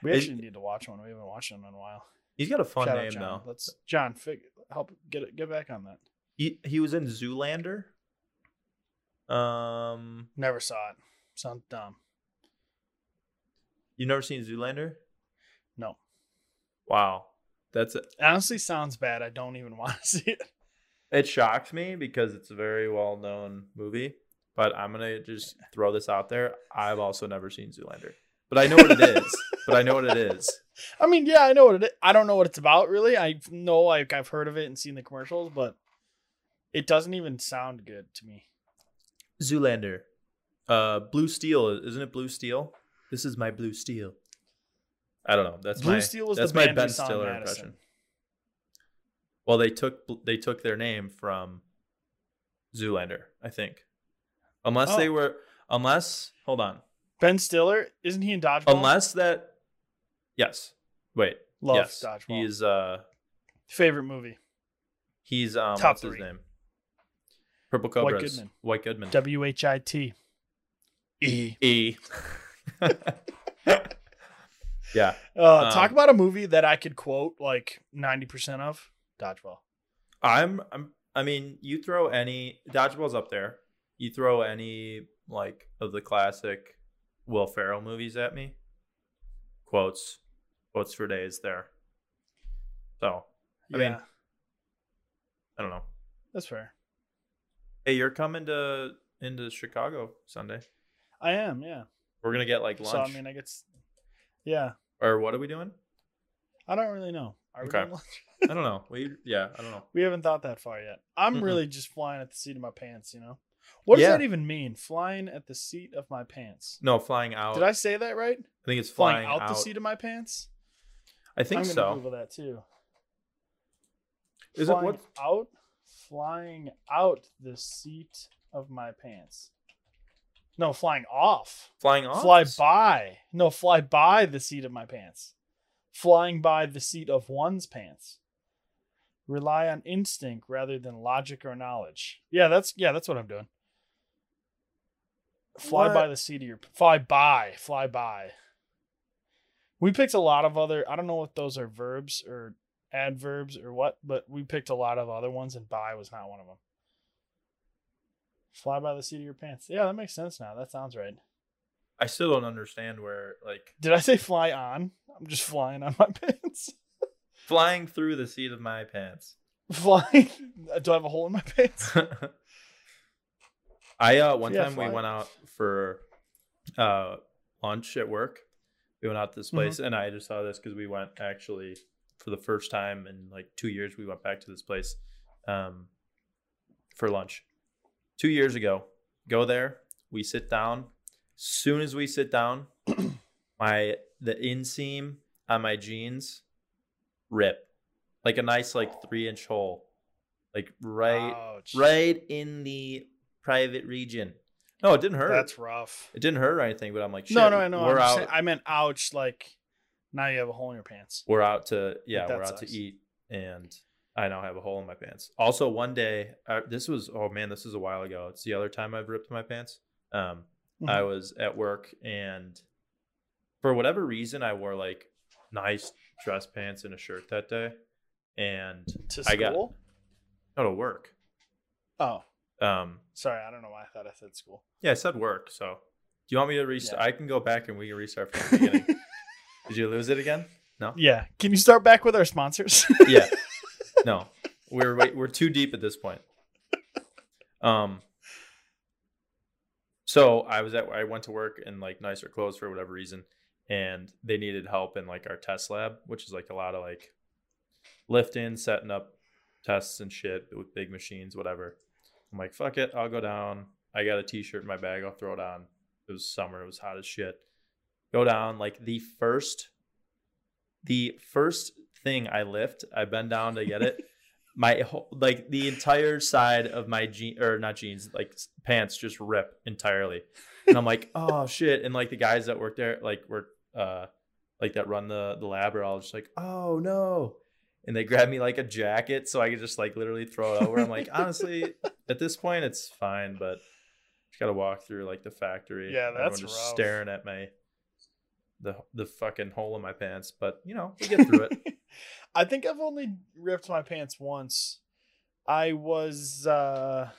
Speaker 2: we
Speaker 1: It-
Speaker 2: actually need to watch one we haven't watched one in a while
Speaker 1: he's got a fun
Speaker 2: Shout out
Speaker 1: name,
Speaker 2: john.
Speaker 1: though.
Speaker 2: let's john fig- help get it get back on that
Speaker 1: He, he was in Zoolander. Um,
Speaker 2: never saw it sounds dumb
Speaker 1: You've never seen Zoolander?
Speaker 2: no
Speaker 1: Wow. That's it.
Speaker 2: honestly sounds bad. I don't even want to see it.
Speaker 1: It shocks me because it's a very well known movie, but I'm going to just throw this out there. I've also never seen Zoolander, but I know what it is. but I know what it is.
Speaker 2: I mean, yeah, I know what it is. I don't know what it's about really. I know like I've heard of it and seen the commercials, but it doesn't even sound good to me.
Speaker 1: Zoolander. Uh, Blue Steel. Isn't it Blue Steel? This is my Blue Steel. I don't know. That's
Speaker 2: Blue
Speaker 1: my,
Speaker 2: Steel was
Speaker 1: that's
Speaker 2: the
Speaker 1: my
Speaker 2: band we
Speaker 1: Ben
Speaker 2: saw in
Speaker 1: Stiller
Speaker 2: Madison.
Speaker 1: impression. Well, they took they took their name from Zoolander, I think. Unless they
Speaker 2: Oh.
Speaker 1: were unless hold on.
Speaker 2: Ben Stiller isn't he in Dodgeball?
Speaker 1: Unless that Yes. Wait.
Speaker 2: Love
Speaker 1: yes.
Speaker 2: Dodgeball.
Speaker 1: He's uh
Speaker 2: Favorite movie.
Speaker 1: he's um
Speaker 2: Top
Speaker 1: what's
Speaker 2: three.
Speaker 1: his name? Purple Cobras.
Speaker 2: Goodman.
Speaker 1: White Goodman.
Speaker 2: W H I T E.
Speaker 1: e. yeah.
Speaker 2: Uh,
Speaker 1: Um,
Speaker 2: talk about a movie that I could quote like ninety percent of Dodgeball.
Speaker 1: I'm I'm I mean, you throw any dodgeball's up there. You throw any like of the classic Will Ferrell movies at me. Quotes. Quotes for days there. So I mean- I don't know.
Speaker 2: that's fair.
Speaker 1: Hey, you're coming to into Chicago Sunday.
Speaker 2: I am. Yeah.
Speaker 1: We're gonna get like lunch.
Speaker 2: So I mean, I guess. Yeah,
Speaker 1: or what are we doing?
Speaker 2: I don't really know. Are we
Speaker 1: Okay.
Speaker 2: doing-
Speaker 1: I don't know. We yeah, I don't know.
Speaker 2: We haven't thought that far yet. I'm
Speaker 1: Mm-mm.
Speaker 2: really just flying at the seat of my pants, you know? What does
Speaker 1: Yeah.
Speaker 2: that even mean? Flying at the seat of my pants.
Speaker 1: No, flying out.
Speaker 2: Did I say that right?
Speaker 1: I think it's
Speaker 2: Flying,
Speaker 1: flying,
Speaker 2: out, the seat of my pants?
Speaker 1: I think
Speaker 2: I'm gonna
Speaker 1: so.
Speaker 2: Google that too.
Speaker 1: Is it
Speaker 2: flying
Speaker 1: what?
Speaker 2: out? Flying out the seat of my pants. No, flying off.
Speaker 1: Flying off.
Speaker 2: Fly by. No, fly by the seat of my pants. Flying by the seat of one's pants. Rely on instinct rather than logic or knowledge. Yeah, that's yeah, that's what I'm doing. Fly
Speaker 1: What?
Speaker 2: by the seat of your fly by, fly by. We picked a lot of other I don't know what those are verbs or adverbs or what, but we picked a lot of other ones and by was not one of them. Fly by the seat of your pants. Yeah, that makes sense now. That sounds right.
Speaker 1: I still don't understand where like
Speaker 2: Did I say fly on? I'm just flying on my pants.
Speaker 1: flying through the seat of my pants.
Speaker 2: flying. Uh, Do I have a hole in my pants?
Speaker 1: I uh one
Speaker 2: Yeah,
Speaker 1: time we
Speaker 2: fly.
Speaker 1: went out for
Speaker 2: Mm-hmm.
Speaker 1: uh lunch at work. We went out to this place and I just saw this because we went actually for the first time in like two years. We went back to this place um, for lunch two years ago. Go there. We sit down. Soon as we sit down, my the inseam on my jeans rip like a nice like three inch hole, like right
Speaker 2: Ouch.
Speaker 1: right in the private region. No, it didn't hurt.
Speaker 2: That's rough.
Speaker 1: it didn't hurt or anything, but I'm like, shit,
Speaker 2: no, no, I know. I'm
Speaker 1: We're
Speaker 2: just
Speaker 1: out.
Speaker 2: saying- I meant ouch. Like now you have a hole in your pants.
Speaker 1: we're out to yeah,
Speaker 2: that
Speaker 1: we're out
Speaker 2: sucks.
Speaker 1: to eat, and I now have a hole in my pants. Also, one day, uh, this was oh man, this is a while ago. It's the other time I've ripped my pants. Um,
Speaker 2: Mm-hmm.
Speaker 1: I was at work and for whatever reason, I wore like nice dress pants and a shirt that day, and
Speaker 2: To
Speaker 1: I got-
Speaker 2: school?
Speaker 1: no to work.
Speaker 2: Oh,
Speaker 1: Um,
Speaker 2: sorry. I don't know why I thought I said school.
Speaker 1: yeah, I said work. So, do you want me to restart?
Speaker 2: Yeah.
Speaker 1: I can go back and we can restart from the beginning. Did you lose it again? No.
Speaker 2: yeah. Can you start back with our sponsors?
Speaker 1: yeah no we're wait, we're too deep at this point um so i was at i went to work in like nicer clothes for whatever reason and they needed help in like our test lab which is like a lot of like lifting setting up tests and shit with big machines whatever i'm like fuck it i'll go down i got a t-shirt in my bag i'll throw it on it was summer it was hot as shit go down like the first the first thing I lift, I bend down to get it. my whole, like the entire side of my jean or not jeans, like s- pants just rip entirely. And I'm like, oh shit. And like the guys that work there, like work uh like that run the the lab are all just like, oh no. And they grab me like a jacket so I could just like literally throw it over. I'm like, honestly, at this point it's fine, but just gotta walk through like the factory.
Speaker 2: Yeah,
Speaker 1: Everyone
Speaker 2: that's
Speaker 1: just
Speaker 2: rough.
Speaker 1: staring at my the the fucking hole in my pants. But you know, we get through it.
Speaker 2: I think I've only ripped my pants once. I was uh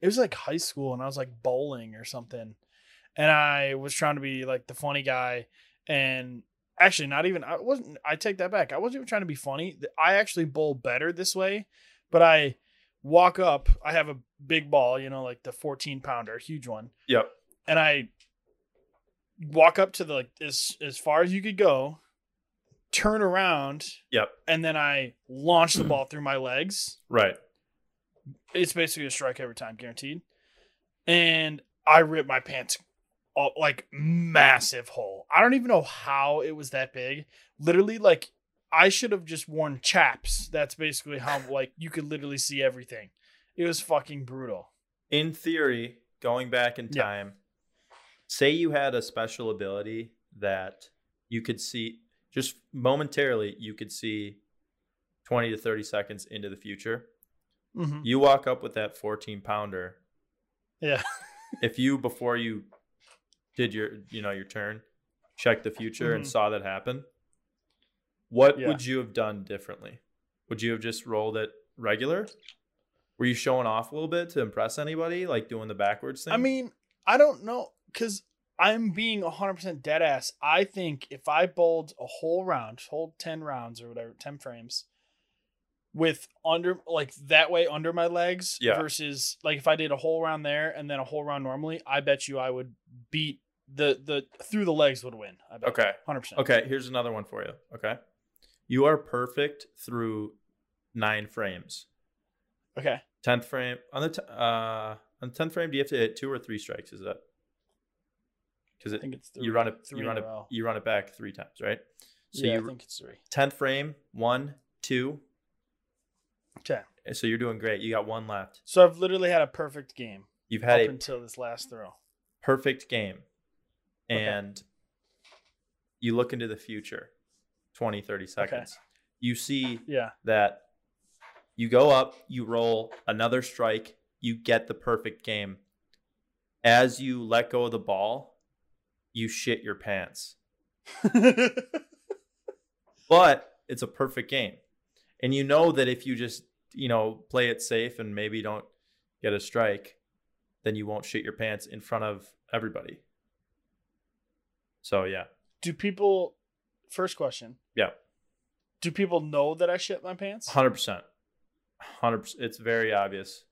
Speaker 2: it was like high school and I was like bowling or something. And I was trying to be like the funny guy and actually not even I wasn't I take that back. I wasn't even trying to be funny. I actually bowl better this way, but I walk up, I have a big ball, you know, like the 14 pounder, huge one
Speaker 1: Yep.
Speaker 2: and I walk up to the like as as far as you could go, turn around,
Speaker 1: Yep.
Speaker 2: and then I launch the ball through my legs.
Speaker 1: Right.
Speaker 2: It's basically a strike every time, guaranteed. And I ripped my pants all, like massive hole. I don't even know how it was that big. Literally, like I should have just worn chaps. That's basically how like you could literally see everything. It was fucking brutal.
Speaker 1: In theory, going back in
Speaker 2: Yeah.
Speaker 1: time, say you had a special ability that you could see just momentarily, you could see 20 to 30 seconds into the future.
Speaker 2: Mm-hmm.
Speaker 1: You walk up with that 14 pounder.
Speaker 2: Yeah.
Speaker 1: if you before you did your you know your turn, checked the future and
Speaker 2: Mhm.
Speaker 1: saw that happen, what
Speaker 2: Yeah.
Speaker 1: would you have done differently? Would you have just rolled it regular? Were you showing off a little bit to impress anybody, like doing the backwards thing?
Speaker 2: I mean, I don't know because I'm being 100% dead ass. I think if I bowled a whole round, whole 10 rounds or whatever, 10 frames with under like that way under my legs
Speaker 1: Yeah.
Speaker 2: versus like if I did a whole round there and then a whole round normally, I bet you I would beat the the through the legs would win. I bet.
Speaker 1: okay,
Speaker 2: 100%.
Speaker 1: okay. Here's another one for you. Okay, you are perfect through nine frames.
Speaker 2: Okay.
Speaker 1: Tenth frame on the t- uh on the tenth frame, do you have to hit two or three strikes? Is that because
Speaker 2: I think it's three.
Speaker 1: you run it
Speaker 2: three
Speaker 1: you run
Speaker 2: in
Speaker 1: it
Speaker 2: a row.
Speaker 1: you run it back three times right so
Speaker 2: yeah, I
Speaker 1: you
Speaker 2: think it's three.
Speaker 1: 10th frame one two
Speaker 2: Okay.
Speaker 1: so you're doing great you got one left
Speaker 2: So I've literally had a perfect game
Speaker 1: you've had
Speaker 2: up
Speaker 1: a
Speaker 2: until this last throw.
Speaker 1: perfect game
Speaker 2: Okay.
Speaker 1: and you look into the future 20 30 seconds you see
Speaker 2: Yeah.
Speaker 1: that you go up, you roll another strike, you get the perfect game. As you let go of the ball, you shit your pants. But it's a perfect game. And you know that if you just, you know, play it safe and maybe don't get a strike, then you won't shit your pants in front of everybody. So, yeah.
Speaker 2: Do people? First question.
Speaker 1: Yeah.
Speaker 2: Do people know that I shit my pants?
Speaker 1: Hundred percent, hundred percent. It's very obvious.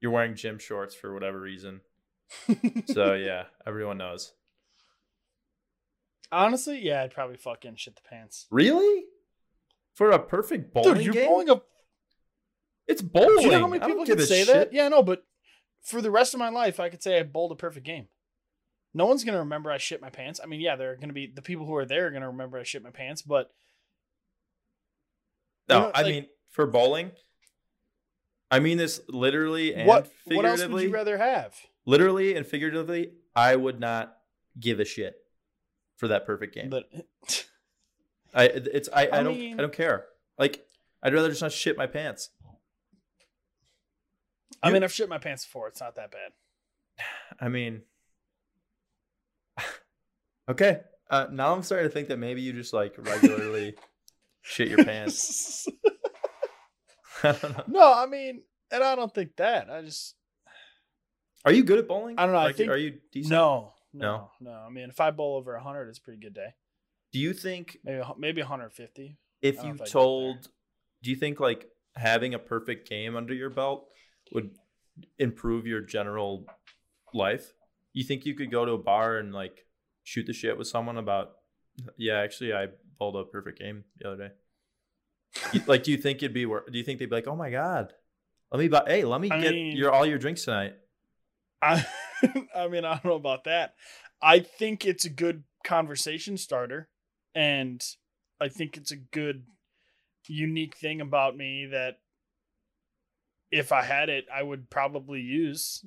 Speaker 1: You're wearing gym shorts for whatever reason, so yeah, everyone knows.
Speaker 2: Honestly, yeah, I'd probably fucking shit the pants.
Speaker 1: Really? For a perfect bowling
Speaker 2: Dude, you're
Speaker 1: game?
Speaker 2: bowling a.
Speaker 1: it's bowling.
Speaker 2: Do you know how many
Speaker 1: I don't
Speaker 2: people can
Speaker 1: give a
Speaker 2: say that?
Speaker 1: shit.
Speaker 2: Yeah, no, but for the rest of my life, I could say I bowled a perfect game. No one's gonna remember I shit my pants. I mean, yeah, they're gonna be the people who are there are gonna remember I shit my pants, but
Speaker 1: No,
Speaker 2: You know,
Speaker 1: I
Speaker 2: like-
Speaker 1: mean for bowling. I mean this literally and
Speaker 2: what
Speaker 1: figuratively.
Speaker 2: what else would you rather have?
Speaker 1: literally and figuratively, I would not give a shit for that perfect game.
Speaker 2: But
Speaker 1: I it's I, I,
Speaker 2: I
Speaker 1: don't
Speaker 2: mean-
Speaker 1: I don't care. Like I'd rather just not shit my pants.
Speaker 2: I
Speaker 1: You-
Speaker 2: mean, I've shit my pants before. It's not that bad.
Speaker 1: I mean, okay. Uh, now I'm starting to think that maybe you just like regularly shit your pants. I don't know.
Speaker 2: no, I mean, and I don't think that. I just
Speaker 1: Are you good at bowling?
Speaker 2: I don't know, I
Speaker 1: Like,
Speaker 2: think-
Speaker 1: are you decent?
Speaker 2: no, no, no, I mean, if I bowl over hundred, it's a pretty good day.
Speaker 1: Do you think
Speaker 2: Maybe a hu- maybe 150. I
Speaker 1: if
Speaker 2: don't know
Speaker 1: you
Speaker 2: if I'd get there.
Speaker 1: told, do you think like having a perfect game under your belt would improve your general life? You think you could go to a bar and like shoot the shit with someone about, yeah, actually, I bowled a perfect game the other day. You- like, do you think it'd be? wor- Do you think they'd be like, oh my god, let me buy, hey, let me
Speaker 2: I
Speaker 1: get
Speaker 2: mean-
Speaker 1: your all your drinks tonight.
Speaker 2: I, I mean, I don't know about that. I think it's a good conversation starter, and I think it's a good, unique thing about me that if I had it, I would probably use.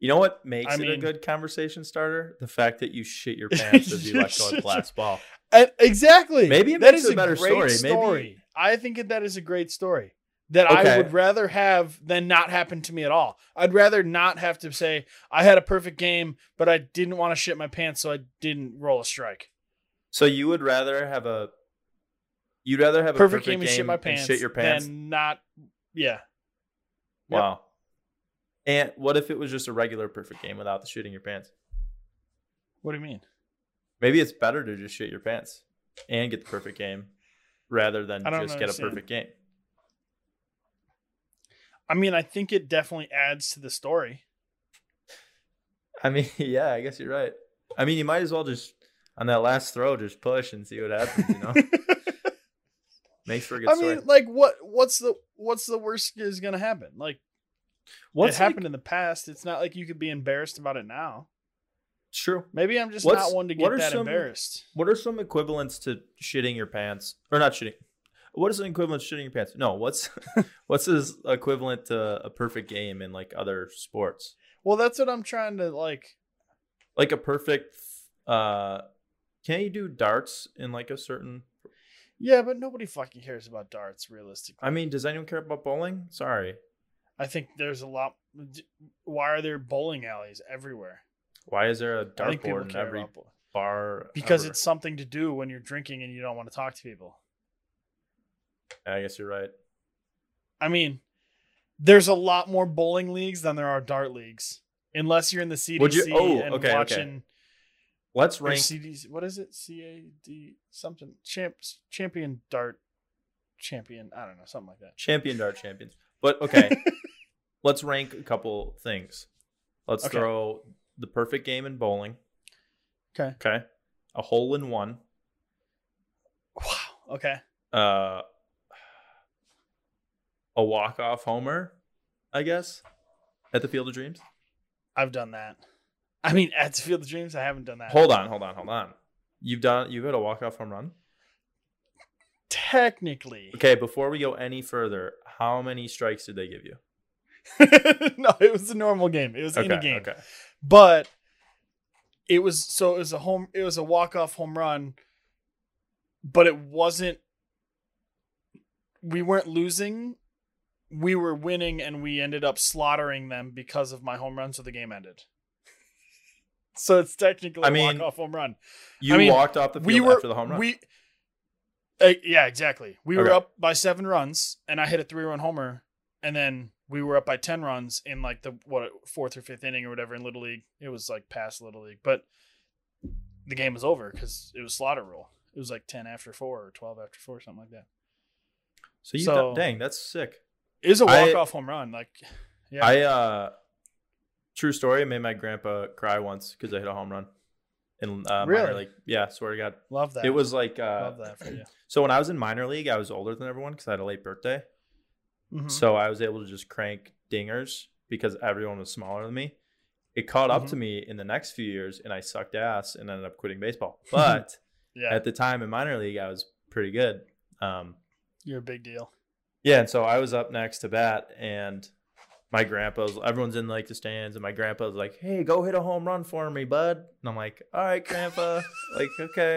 Speaker 1: You know what makes
Speaker 2: I
Speaker 1: it a
Speaker 2: mean-
Speaker 1: good conversation starter? The fact that you shit your pants as you let go of the last ball.
Speaker 2: And- E-, exactly.
Speaker 1: Maybe it
Speaker 2: that
Speaker 1: makes
Speaker 2: is
Speaker 1: a better story. Maybe-
Speaker 2: I think that that is a great story that
Speaker 1: Okay.
Speaker 2: I would rather have than not happen to me at all. I'd rather not have to say I had a perfect game, but I didn't want to shit my pants, so I didn't roll a strike.
Speaker 1: So you would rather have a you'd rather have
Speaker 2: perfect,
Speaker 1: a perfect
Speaker 2: game, and shit my pants.
Speaker 1: and shit your pants.
Speaker 2: Than not, yeah. yep.
Speaker 1: Wow. And what if it was just a regular perfect game without the shitting your pants?
Speaker 2: What do you mean?
Speaker 1: Maybe it's better to just shit your pants and get the perfect game rather than
Speaker 2: I don't
Speaker 1: just get a
Speaker 2: understand.
Speaker 1: perfect game.
Speaker 2: I mean, I think it definitely adds to the story.
Speaker 1: I mean, yeah, I guess you're right. I mean, you might as well just on that last throw just push and see what happens, you know? Makes for a good
Speaker 2: I
Speaker 1: story.
Speaker 2: mean, like, what? What's the what's the worst is gonna happen? Like, what
Speaker 1: What's like-
Speaker 2: happened in the past? It's not like you could be embarrassed about it now.
Speaker 1: It's true.
Speaker 2: Maybe I'm just
Speaker 1: What's-
Speaker 2: not one to
Speaker 1: what
Speaker 2: get
Speaker 1: are
Speaker 2: that
Speaker 1: some-
Speaker 2: embarrassed.
Speaker 1: What are some equivalents to shitting your pants? Or not shitting. What is an equivalent to shitting your pants? No, what's what's is equivalent to a perfect game in like other sports?
Speaker 2: Well, that's what I'm trying to like.
Speaker 1: Like a perfect uh can you do darts in like a certain
Speaker 2: Yeah, but nobody fucking cares about darts, realistically.
Speaker 1: I mean, does anyone care about bowling? Sorry.
Speaker 2: I think there's a lot. Why are there bowling alleys everywhere?
Speaker 1: Why is there a
Speaker 2: I think people
Speaker 1: dartboard in
Speaker 2: care
Speaker 1: every
Speaker 2: about bo-
Speaker 1: bar?
Speaker 2: because
Speaker 1: ever?
Speaker 2: it's something to do when you're drinking and you don't want to talk to people.
Speaker 1: I guess you're right.
Speaker 2: I mean, there's a lot more bowling leagues than there are dart leagues, unless you're in the
Speaker 1: Would
Speaker 2: CDC
Speaker 1: you- oh,
Speaker 2: and
Speaker 1: okay, okay.
Speaker 2: watching
Speaker 1: Let's
Speaker 2: or
Speaker 1: rank
Speaker 2: CDC. What is it? CAD something champs champion dart champion. I don't know something like that.
Speaker 1: champion dart champions. But okay, let's rank a couple things. Let's
Speaker 2: Okay.
Speaker 1: throw the perfect game in bowling.
Speaker 2: Okay.
Speaker 1: Okay. A hole in one.
Speaker 2: Wow. Okay.
Speaker 1: Uh a walk off homer, I guess, at the Field of Dreams.
Speaker 2: I've done that. I mean, at the Field of Dreams, I haven't done that.
Speaker 1: Hold on, hold on, hold on. You've done you've had a walk off home run.
Speaker 2: Technically,
Speaker 1: Okay, before we go any further, how many strikes did they give you?
Speaker 2: no, it was a normal game. It was
Speaker 1: Okay,
Speaker 2: in a game.
Speaker 1: okay.
Speaker 2: but it was so it was a home it was a walk off home run but it wasn't we weren't losing we were winning and we ended up slaughtering them because of my home run so the game ended so it's technically
Speaker 1: I
Speaker 2: a
Speaker 1: mean,
Speaker 2: walk off home run
Speaker 1: You
Speaker 2: mean,
Speaker 1: walked off the field
Speaker 2: we were
Speaker 1: after the home run.
Speaker 2: we Uh, yeah exactly we were
Speaker 1: Okay.
Speaker 2: up by 7 runs and i hit a 3 run homer and then we were up by 10 runs in like the what fourth or fifth inning or whatever in little league it was like past little league but the game was over cuz it was slaughter rule it was like 10 after 4 or 12 after 4 something like that
Speaker 1: so you
Speaker 2: so-
Speaker 1: dang, that's sick.
Speaker 2: it was a
Speaker 1: I-
Speaker 2: walk off home run like yeah
Speaker 1: I uh true story made my grandpa cry once because I hit a home run. in uh,
Speaker 2: Really?
Speaker 1: minor league. Yeah, swear to God,
Speaker 2: Love that.
Speaker 1: it was like uh,
Speaker 2: love that for you.
Speaker 1: so when I was in minor league, I was older than everyone because I had a late birthday.
Speaker 2: Mhm.
Speaker 1: So I was able to just crank dingers because everyone was smaller than me. It caught up
Speaker 2: Mm-hmm.
Speaker 1: to me in the next few years and I sucked ass and ended up quitting baseball. But
Speaker 2: yeah,
Speaker 1: at the time in minor league, I was pretty good. Um,
Speaker 2: you're a big deal.
Speaker 1: yeah, and so I was up next to bat and my grandpa's everyone's in like the stands and my grandpa's like, "Hey, go hit a home run for me, bud." And I'm like, "All right, grandpa." like, "Okay."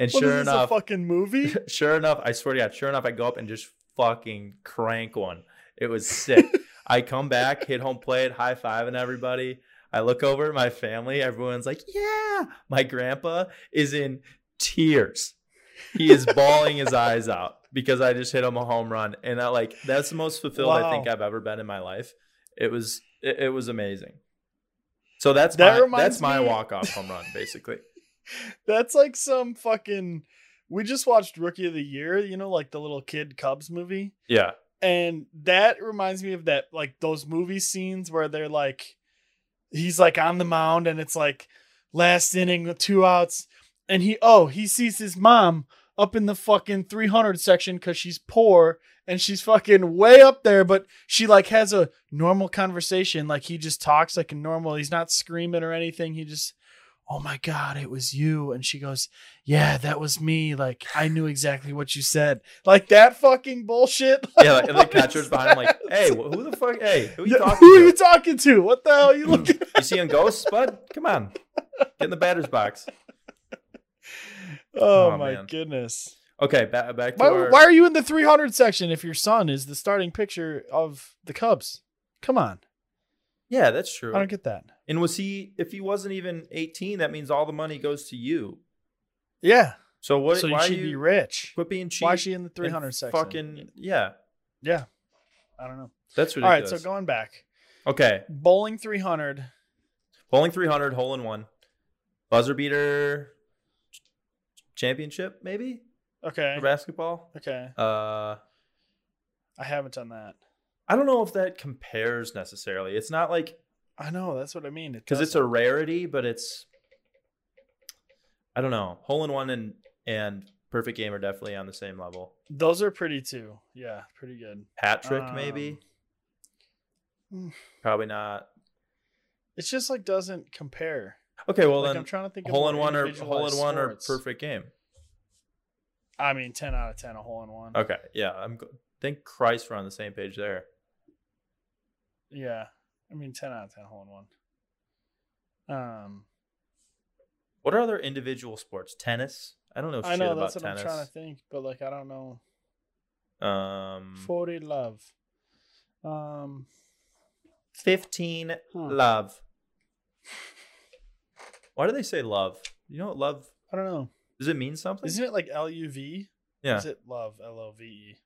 Speaker 1: And
Speaker 2: What is
Speaker 1: sure
Speaker 2: this,
Speaker 1: enough,
Speaker 2: a fucking movie.
Speaker 1: sure enough, I swear to God, sure enough, I go up and just fucking crank one. It was sick. I come back, hit home plate, high fiving everybody. I look over at my family. Everyone's like, yeah. My grandpa is in tears. He is bawling his eyes out because I just hit him a home run. And I like, that's the most fulfilled I think
Speaker 2: Wow.
Speaker 1: I've ever been in my life. It was, it, it was amazing. So that's
Speaker 2: That
Speaker 1: my,
Speaker 2: reminds
Speaker 1: that's my
Speaker 2: me-
Speaker 1: walk off home run, basically.
Speaker 2: That's like some fucking. We just watched Rookie of the Year. You know, like the little kid Cubs movie.
Speaker 1: Yeah.
Speaker 2: and that reminds me of that like those movie scenes where they're like he's like on the mound and it's like last inning with two outs and he oh he sees his mom up in the fucking 300 section because she's poor and she's fucking way up there but she like has a normal conversation like he just talks like a normal he's not screaming or anything he just oh my god it was you and she goes yeah that was me like i knew exactly what you said like that fucking bullshit
Speaker 1: Yeah, like, and the
Speaker 2: What is
Speaker 1: catcher's behind him, like,
Speaker 2: that?
Speaker 1: hey, wh- who the fuck? Hey, who you
Speaker 2: Yeah,
Speaker 1: talking
Speaker 2: who
Speaker 1: to?
Speaker 2: are you talking to? What the hell are you looking at?
Speaker 1: You seeing ghosts, bud? Come on. Get in the batter's box.
Speaker 2: Oh,
Speaker 1: Oh,
Speaker 2: my
Speaker 1: man.
Speaker 2: goodness.
Speaker 1: Okay, ba- back to
Speaker 2: Why,
Speaker 1: our.
Speaker 2: why are you in the 300 section if your son is the starting picture of the Cubs? Come on.
Speaker 1: Yeah, that's true.
Speaker 2: I don't get that.
Speaker 1: and was he, if he wasn't even 18, that means all the money goes to you.
Speaker 2: Yeah.
Speaker 1: So what,
Speaker 2: so you
Speaker 1: why
Speaker 2: should
Speaker 1: you
Speaker 2: be rich.
Speaker 1: quit being cheap?
Speaker 2: Why is she in the
Speaker 1: and
Speaker 2: 300 section?
Speaker 1: Fucking, yeah.
Speaker 2: Yeah. I don't know.
Speaker 1: That's
Speaker 2: All right.
Speaker 1: ridiculous.
Speaker 2: So going back,
Speaker 1: Okay,
Speaker 2: bowling 300.
Speaker 1: bowling 300, hole in one. Buzzer beater ch- championship, maybe?
Speaker 2: Okay.
Speaker 1: For basketball?
Speaker 2: Okay.
Speaker 1: Uh,
Speaker 2: I haven't done that.
Speaker 1: I don't know if that compares necessarily. It's not like
Speaker 2: I know. That's what I mean.
Speaker 1: because it's a
Speaker 2: doesn't.
Speaker 1: rarity, but it's I don't know. Hole in one and and perfect game are definitely on the same level.
Speaker 2: Those are pretty too. Yeah. Pretty good.
Speaker 1: Hat trick maybe,
Speaker 2: Um,
Speaker 1: probably not.
Speaker 2: It's just like doesn't compare.
Speaker 1: Okay, well
Speaker 2: like I'm
Speaker 1: then
Speaker 2: trying to think of
Speaker 1: hole
Speaker 2: more
Speaker 1: in one or hole
Speaker 2: individualized
Speaker 1: in one
Speaker 2: sports.
Speaker 1: or perfect game.
Speaker 2: I mean, ten out of ten, a hole in one.
Speaker 1: Okay, yeah, I'm g- thank Christ we're on the same page there.
Speaker 2: Yeah, I mean, ten out of ten, hole in one. Um,
Speaker 1: What are other individual sports? Tennis. I don't know.
Speaker 2: I
Speaker 1: shit
Speaker 2: know
Speaker 1: about
Speaker 2: that's what
Speaker 1: tennis.
Speaker 2: I'm trying to think, but like, I don't know.
Speaker 1: Um,
Speaker 2: Forty love. Um,
Speaker 1: fifteen
Speaker 2: huh.
Speaker 1: love. Why do they say love? You know what love
Speaker 2: I don't know.
Speaker 1: does it mean something?
Speaker 2: Isn't it like L U V?
Speaker 1: yeah.
Speaker 2: Is it love? L O V E.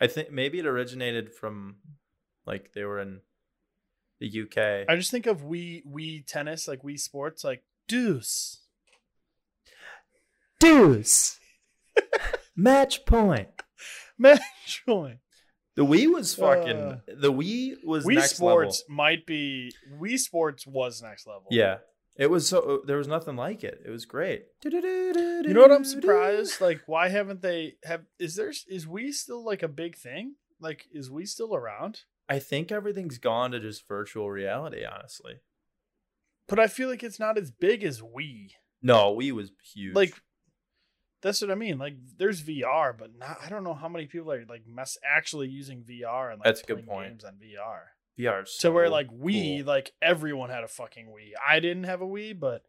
Speaker 1: I think maybe it originated from like they were in the UK.
Speaker 2: I just think of we we tennis like we sports like deuce.
Speaker 1: Deuce. Match point.
Speaker 2: Match point.
Speaker 1: The Wii was fucking
Speaker 2: Uh,
Speaker 1: the Wii was
Speaker 2: We
Speaker 1: next
Speaker 2: sports
Speaker 1: level.
Speaker 2: might be we sports was next level.
Speaker 1: Yeah. It was so there was nothing like it. It was great. You
Speaker 2: You know what I'm surprised? Like, why haven't they have? Is there is we still like a big thing? Like, is we still around?
Speaker 1: I think everything's gone to just virtual reality, honestly.
Speaker 2: But I feel like it's not as big as we.
Speaker 1: No, Wii was huge.
Speaker 2: Like, that's what I mean. Like, there's VR, but not. I don't know how many people are like mess actually using VR and like
Speaker 1: That's a good
Speaker 2: playing
Speaker 1: point.
Speaker 2: games on VR.
Speaker 1: VR. is
Speaker 2: So where
Speaker 1: so
Speaker 2: like we
Speaker 1: cool.
Speaker 2: like everyone had a fucking Wii. I didn't have a Wii, but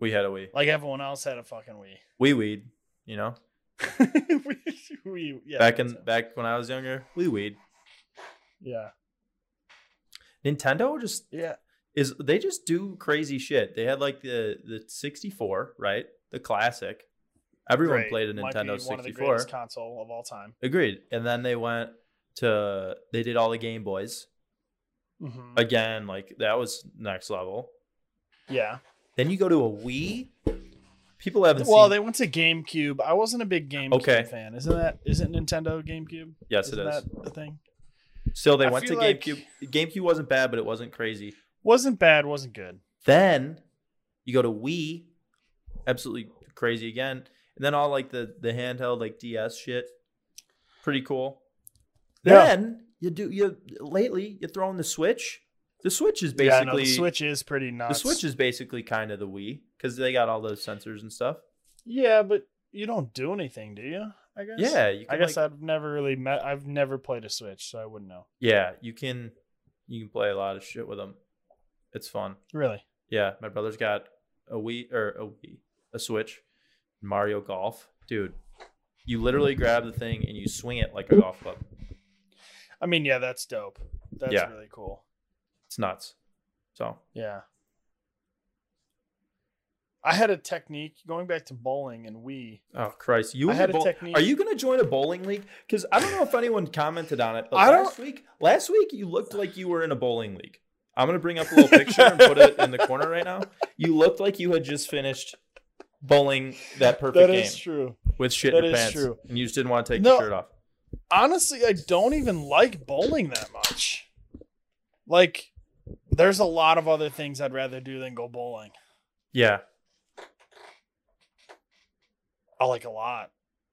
Speaker 1: we had a Wii.
Speaker 2: like everyone else had a fucking
Speaker 1: We weed, you know?
Speaker 2: Wii. we, we, yeah,
Speaker 1: back in
Speaker 2: that's it.
Speaker 1: back when I was younger, we weed.
Speaker 2: yeah,
Speaker 1: Nintendo just
Speaker 2: yeah,
Speaker 1: is they just do crazy shit. They had like the the 64, right? The classic. Everyone
Speaker 2: Great.
Speaker 1: played a
Speaker 2: Might
Speaker 1: Nintendo
Speaker 2: be one of the
Speaker 1: 64.
Speaker 2: greatest console of all time.
Speaker 1: Agreed. And then they went to they did all the Game Boys.
Speaker 2: Mhm.
Speaker 1: Again, like that was next level.
Speaker 2: Yeah.
Speaker 1: Then you go to a Wii. People haven't
Speaker 2: Well,
Speaker 1: seen
Speaker 2: they went to GameCube. I wasn't a big GameCube
Speaker 1: Okay.
Speaker 2: fan. Isn't that isn't Nintendo GameCube?
Speaker 1: Yes, it
Speaker 2: isn't
Speaker 1: is.
Speaker 2: that a thing?
Speaker 1: Still they
Speaker 2: I
Speaker 1: went to
Speaker 2: feel like-
Speaker 1: GameCube. GameCube wasn't bad, but it wasn't crazy.
Speaker 2: Wasn't bad, wasn't good.
Speaker 1: Then You go to Wii, absolutely crazy again. And then all like the the handheld like DS shit, pretty cool.
Speaker 2: Yeah.
Speaker 1: Then you do you lately you throw in the Switch. The Switch is
Speaker 2: Yeah,
Speaker 1: basically
Speaker 2: no, the Switch is pretty
Speaker 1: the
Speaker 2: nuts.
Speaker 1: Switch is basically kind of the Wii because they got all those sensors and stuff.
Speaker 2: Yeah, but you don't do anything, do you? I guess.
Speaker 1: Yeah, you
Speaker 2: I
Speaker 1: can,
Speaker 2: guess
Speaker 1: like-
Speaker 2: I've never really met. I've never played a Switch, so I wouldn't know.
Speaker 1: yeah, you can you can play a lot of shit with them. It's fun.
Speaker 2: Really?
Speaker 1: Yeah, my brother's got a Wii or a Wii, a Switch, Mario Golf, dude. You literally grab the thing and you swing it like a golf club.
Speaker 2: I mean, yeah, that's dope. That's
Speaker 1: Yeah.
Speaker 2: really cool.
Speaker 1: It's nuts. So
Speaker 2: Yeah. I had a technique going back to bowling and we.
Speaker 1: Oh Christ! You
Speaker 2: I
Speaker 1: and
Speaker 2: had
Speaker 1: your
Speaker 2: a
Speaker 1: bowl-
Speaker 2: technique-
Speaker 1: Are you going to join a bowling league? Because I don't know if anyone commented on it. But
Speaker 2: I
Speaker 1: last week, last week you looked like you were in a bowling league. I'm going to bring up a little picture and put it in the corner right now. You looked like you had just finished bowling that perfect
Speaker 2: That
Speaker 1: game
Speaker 2: is true.
Speaker 1: with shit
Speaker 2: that
Speaker 1: in your
Speaker 2: is
Speaker 1: pants,
Speaker 2: true.
Speaker 1: and you just didn't want to take
Speaker 2: No.
Speaker 1: your shirt off.
Speaker 2: Honestly, I don't even like bowling that much. Like, there's a lot of other things I'd rather do than go bowling.
Speaker 1: Yeah,
Speaker 2: I like a lot.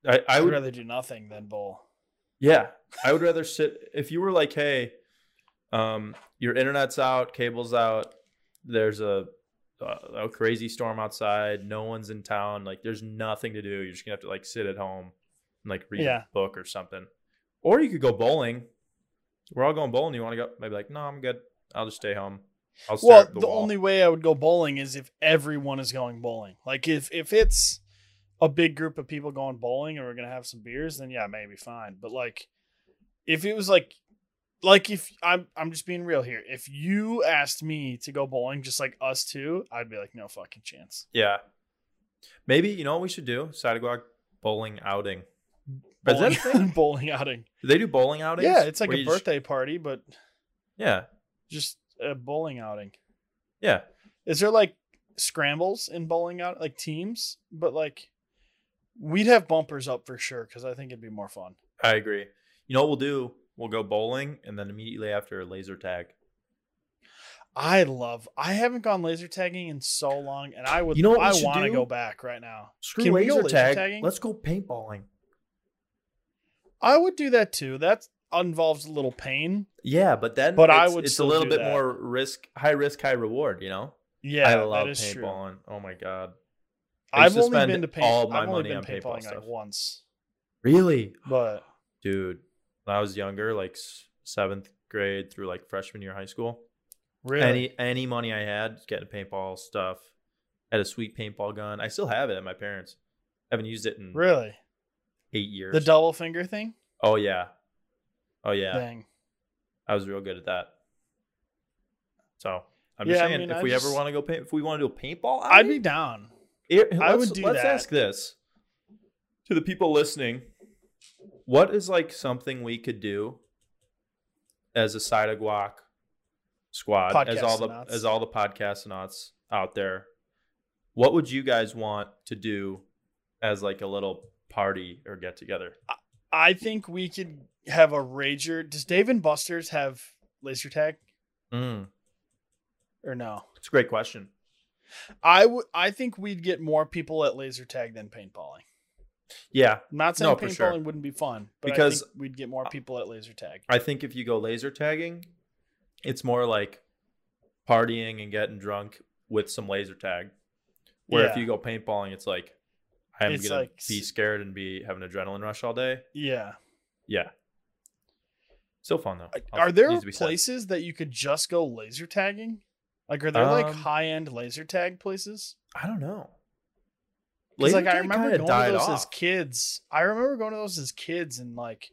Speaker 1: I, I
Speaker 2: I would
Speaker 1: would.
Speaker 2: rather do nothing than bowl.
Speaker 1: Yeah, I would rather sit. If you were like, hey, um, your internet's out, cable's out, there's a, a a crazy storm outside, no one's in town, like there's nothing to do. You're just gonna have to like sit at home and like read
Speaker 2: Yeah.
Speaker 1: a book or something. Or you could go bowling. We're all going bowling. You want to go? Maybe like, no, I'm good. I'll just stay home. I'll stare
Speaker 2: Well,
Speaker 1: at
Speaker 2: the,
Speaker 1: the, wall.
Speaker 2: only way I would go bowling is if everyone is going bowling. Like if if it's a big group of people going bowling and we're gonna have some beers, then yeah, maybe fine. But like if it was like like if I'm I'm just being real here. If you asked me to go bowling, just like us two, I'd be like, no fucking chance.
Speaker 1: Yeah. Maybe you know what we should do? Sidewalk bowling outing. But is that a
Speaker 2: Bowling,
Speaker 1: thing?
Speaker 2: bowling outing.
Speaker 1: Do they do bowling outings?
Speaker 2: Yeah, it's like
Speaker 1: Where
Speaker 2: a
Speaker 1: you just-
Speaker 2: birthday party, but
Speaker 1: yeah,
Speaker 2: just a bowling outing.
Speaker 1: yeah.
Speaker 2: Is there like scrambles in bowling out like teams? But like we'd have bumpers up for sure because I think it'd be more fun.
Speaker 1: I agree. You know what we'll do? We'll go bowling and then immediately after laser tag.
Speaker 2: I love. I haven't gone laser tagging in so long, and I would.
Speaker 1: You know what we
Speaker 2: I
Speaker 1: should
Speaker 2: want to
Speaker 1: do?
Speaker 2: go back right now.
Speaker 1: Screw
Speaker 2: Can we
Speaker 1: laser,
Speaker 2: go laser
Speaker 1: tag.
Speaker 2: tagging?
Speaker 1: Let's go paintballing.
Speaker 2: I would do that too. That involves a little pain.
Speaker 1: Yeah, but then
Speaker 2: But I
Speaker 1: it's-
Speaker 2: would
Speaker 1: it's a
Speaker 2: still
Speaker 1: little
Speaker 2: do
Speaker 1: bit
Speaker 2: that.
Speaker 1: more risk high risk, high reward, you know?
Speaker 2: Yeah,
Speaker 1: I love
Speaker 2: that is true.
Speaker 1: paintballing. Oh my god. I used
Speaker 2: I've
Speaker 1: to
Speaker 2: only
Speaker 1: spend
Speaker 2: been to paint.
Speaker 1: all my
Speaker 2: I've only
Speaker 1: money
Speaker 2: been
Speaker 1: on paintball
Speaker 2: paintballing
Speaker 1: stuff.
Speaker 2: like once,
Speaker 1: Really?
Speaker 2: but
Speaker 1: Dude, when I was younger, like s- seventh grade through like freshman year of high school,
Speaker 2: really,
Speaker 1: any any money I had, getting paintball stuff. Had a sweet paintball gun. I still have it at my parents. haven't used it in
Speaker 2: really,
Speaker 1: eight years.
Speaker 2: the double finger thing.
Speaker 1: oh yeah. Oh yeah.
Speaker 2: Dang.
Speaker 1: I was real good at that. So I'm
Speaker 2: Yeah,
Speaker 1: just
Speaker 2: I
Speaker 1: saying,
Speaker 2: mean,
Speaker 1: if
Speaker 2: I
Speaker 1: we ever
Speaker 2: just-
Speaker 1: want to go paint, if we want to do a paintball,
Speaker 2: I'd be down. I would do
Speaker 1: Let's
Speaker 2: that.
Speaker 1: ask this to the people listening: What is like something we could do as a side of guac squad, as all the
Speaker 2: Podcastonauts.
Speaker 1: as all the podcast nuts out there? What would you guys want to do as like a little party or get together?
Speaker 2: I think we could have a rager. Does Dave and Buster's have laser tag
Speaker 1: Mm,
Speaker 2: or no?
Speaker 1: it's a great question.
Speaker 2: I would. I think we'd get more people at laser tag than paintballing.
Speaker 1: Yeah,
Speaker 2: I'm not saying
Speaker 1: No, for
Speaker 2: paintballing
Speaker 1: sure.
Speaker 2: wouldn't be fun, but
Speaker 1: Because-
Speaker 2: I think we'd get more people at laser tag.
Speaker 1: I think if you go laser tagging, it's more like partying and getting drunk with some laser tag. Where if
Speaker 2: Yeah.
Speaker 1: you go paintballing, it's like I'm
Speaker 2: It's
Speaker 1: gonna
Speaker 2: like s-
Speaker 1: be scared and be have an adrenaline rush all day.
Speaker 2: Yeah.
Speaker 1: Yeah, still fun though.
Speaker 2: Are there
Speaker 1: Needs to be said.
Speaker 2: places that you could just go laser tagging? Like, are there like
Speaker 1: Um,
Speaker 2: high end laser tag places?
Speaker 1: I don't know.
Speaker 2: 'Cause,
Speaker 1: Laser
Speaker 2: like, I
Speaker 1: tag
Speaker 2: remember
Speaker 1: kinda
Speaker 2: going
Speaker 1: died
Speaker 2: to those as
Speaker 1: off.
Speaker 2: kids. I remember going to those as kids, and like,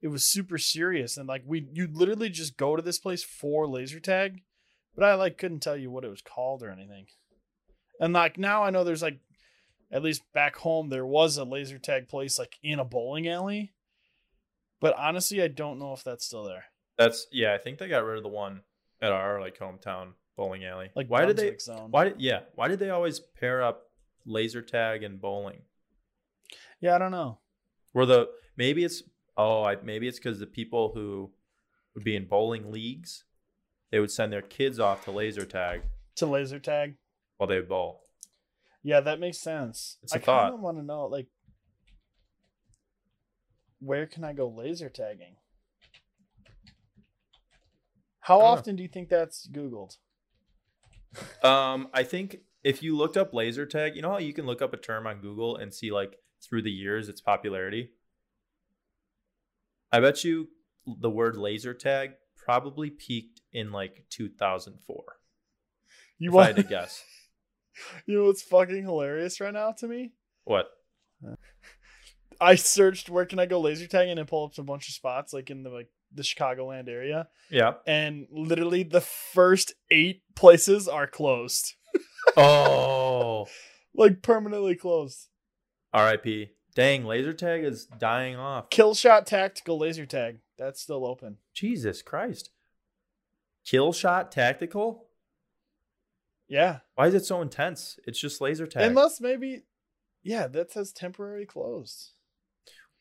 Speaker 2: it was super serious. And like, we you literally just go to this place for laser tag, but I like couldn't tell you what it was called or anything. And like now, I know there's like, at least back home, there was a laser tag place like in a bowling alley. But honestly, I don't know if that's still there.
Speaker 1: That's yeah. I think they got rid of the one at our like hometown bowling alley.
Speaker 2: Like,
Speaker 1: why did they?
Speaker 2: Brunswick Zone.
Speaker 1: Why did yeah? Why did they always pair up laser tag and bowling?
Speaker 2: Yeah, I don't know.
Speaker 1: Were the maybe it's oh I, maybe it's because the people who would be in bowling leagues, they would send their kids off to laser tag,
Speaker 2: To laser tag.
Speaker 1: while they bowl.
Speaker 2: Yeah, that makes sense.
Speaker 1: It's
Speaker 2: I
Speaker 1: a thought.
Speaker 2: kind of want to know, like, where can I go laser tagging? How
Speaker 1: I don't know.
Speaker 2: often do you think that's Googled?
Speaker 1: Um, I think if you looked up laser tag, you know how you can look up a term on Google and see like through the years its popularity. I bet you the word laser tag probably peaked in like 2004.
Speaker 2: You
Speaker 1: If I had
Speaker 2: want
Speaker 1: to guess,
Speaker 2: you know what's fucking hilarious right now to me?
Speaker 1: what?
Speaker 2: I searched where can I go laser tagging and pull up a bunch of spots like in the like the Chicagoland area,
Speaker 1: Yeah.
Speaker 2: and literally the first eight places are closed,
Speaker 1: Oh,
Speaker 2: like permanently closed.
Speaker 1: R.I.P. Dang, laser tag is dying off.
Speaker 2: Kill shot tactical laser tag that's still open.
Speaker 1: Jesus Christ. Kill shot tactical.
Speaker 2: Yeah,
Speaker 1: Why is it so intense? It's just laser tag.
Speaker 2: Unless maybe, yeah, that says temporary closed.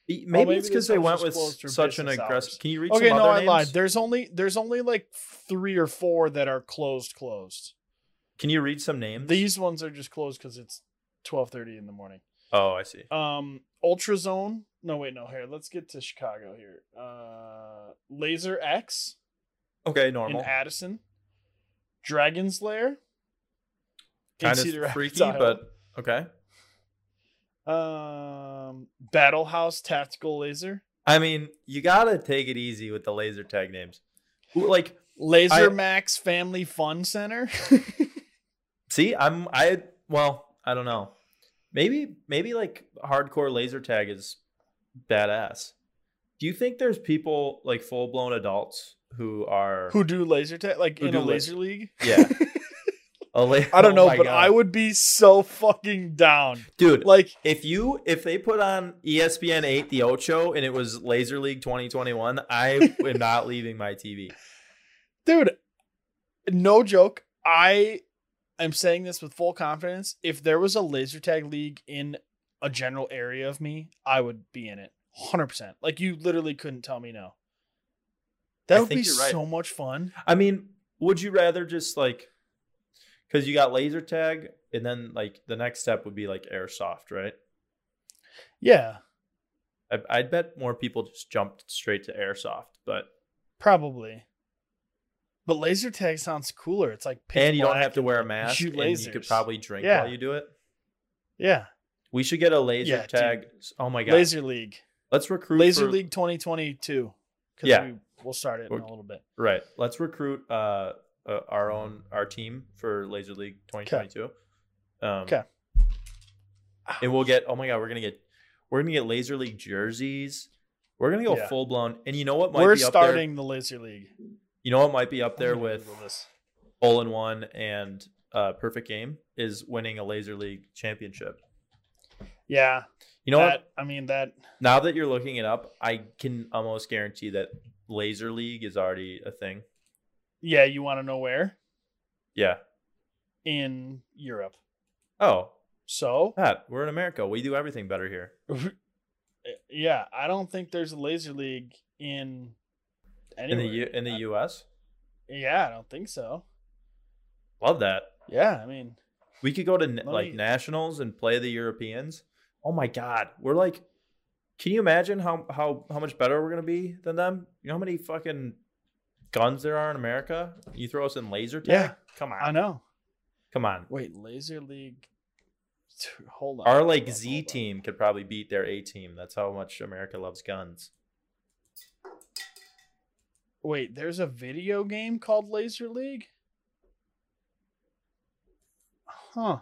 Speaker 1: E-
Speaker 2: Well,
Speaker 1: maybe,
Speaker 2: Oh, maybe
Speaker 1: it's
Speaker 2: this
Speaker 1: because they
Speaker 2: house
Speaker 1: went
Speaker 2: was
Speaker 1: with
Speaker 2: closed through
Speaker 1: such an
Speaker 2: business
Speaker 1: aggressive.
Speaker 2: hours.
Speaker 1: Can you read
Speaker 2: Okay,
Speaker 1: some
Speaker 2: no,
Speaker 1: other
Speaker 2: I
Speaker 1: names?
Speaker 2: lied. There's only there's only like three or four that are closed closed.
Speaker 1: Can you read some names?
Speaker 2: These ones are just closed because it's twelve thirty in the morning.
Speaker 1: Oh, I see.
Speaker 2: Um, Ultrazone. No, wait, no. Here, let's get to Chicago here. Uh, Laser X
Speaker 1: Okay,
Speaker 2: in
Speaker 1: normal.
Speaker 2: Addison. Dragon's Lair. in
Speaker 1: Kind
Speaker 2: Cedar
Speaker 1: of
Speaker 2: Rapids,
Speaker 1: freaky,
Speaker 2: Iowa.
Speaker 1: but okay.
Speaker 2: um, Battle House Tactical Laser.
Speaker 1: I mean, you gotta take it easy with the laser tag names. Who- Like,
Speaker 2: Laser
Speaker 1: I-
Speaker 2: Max Family Fun Center.
Speaker 1: see, I'm I well, I don't know. Maybe maybe like hardcore laser tag is badass. Do you think there's people like full blown adults who are
Speaker 2: who do laser tag like
Speaker 1: Who
Speaker 2: in
Speaker 1: do
Speaker 2: a
Speaker 1: la-
Speaker 2: laser league
Speaker 1: yeah? A la-
Speaker 2: i don't
Speaker 1: Oh
Speaker 2: know
Speaker 1: my
Speaker 2: but
Speaker 1: God.
Speaker 2: i would be so fucking down
Speaker 1: dude.
Speaker 2: like
Speaker 1: If you if they put on E ESPN eight the Ocho and it was Laser League twenty twenty one, I am not leaving my TV.
Speaker 2: dude no joke i am saying this with full confidence if there was a laser tag league in a general area of me i would be in it 100% like you literally couldn't tell me no
Speaker 1: I
Speaker 2: that would be
Speaker 1: think you're right.
Speaker 2: so much fun
Speaker 1: I mean, would you rather just like because you got laser tag and then like the next step would be like airsoft, right?
Speaker 2: yeah
Speaker 1: I, I'd bet more people just jumped straight to airsoft, but
Speaker 2: probably but laser tag sounds cooler it's like pitch
Speaker 1: and you don't
Speaker 2: black.
Speaker 1: have to wear a mask.
Speaker 2: shoot
Speaker 1: and you could
Speaker 2: lasers.
Speaker 1: probably drink
Speaker 2: Yeah.
Speaker 1: while you do it.
Speaker 2: yeah
Speaker 1: We should get a laser
Speaker 2: Yeah, dude.
Speaker 1: tag. Oh my god,
Speaker 2: laser league
Speaker 1: let's recruit
Speaker 2: Laser
Speaker 1: for-
Speaker 2: League 2022. 'cause
Speaker 1: Yeah.
Speaker 2: We, we'll start it in
Speaker 1: We're-
Speaker 2: a little bit.
Speaker 1: Right. Let's recruit uh, uh our own our team for Laser League 2022. Um,
Speaker 2: 'Kay.
Speaker 1: And we'll get. Oh my god, we're gonna get. We're gonna get Laser League jerseys. We're gonna go
Speaker 2: Yeah.
Speaker 1: full blown. And you know what might
Speaker 2: We're
Speaker 1: be up there?
Speaker 2: starting Oh the Laser League.
Speaker 1: You know what might be up there
Speaker 2: I'm gonna
Speaker 1: with
Speaker 2: Google this.
Speaker 1: all in one and uh, perfect game is winning a Laser League championship.
Speaker 2: Yeah.
Speaker 1: You know
Speaker 2: that, I mean, that.
Speaker 1: what? Now that you're looking it up, I can almost guarantee that Laser League is already a thing.
Speaker 2: Yeah, you want to know where?
Speaker 1: Yeah.
Speaker 2: In Europe.
Speaker 1: Oh,
Speaker 2: So,
Speaker 1: Pat, we're in America. We do everything better here.
Speaker 2: yeah, I don't think there's a Laser League in
Speaker 1: In
Speaker 2: anywhere.
Speaker 1: the U- in the U.S.
Speaker 2: yeah, I don't think so.
Speaker 1: Love that.
Speaker 2: Yeah, I mean,
Speaker 1: We could go to n-
Speaker 2: me-
Speaker 1: like nationals and play the Europeans. Oh my God, we're like, can you imagine how how how much better we're gonna be than them? You know how many fucking guns there are in America? You throw us in laser tag?
Speaker 2: Yeah.
Speaker 1: Come on,
Speaker 2: I know.
Speaker 1: come on.
Speaker 2: Wait, Laser League. Hold on.
Speaker 1: Our
Speaker 2: hold
Speaker 1: like
Speaker 2: on,
Speaker 1: Z
Speaker 2: hold on.
Speaker 1: team could probably beat their A team. That's how much America loves guns.
Speaker 2: Wait, there's a video game called Laser League? Huh.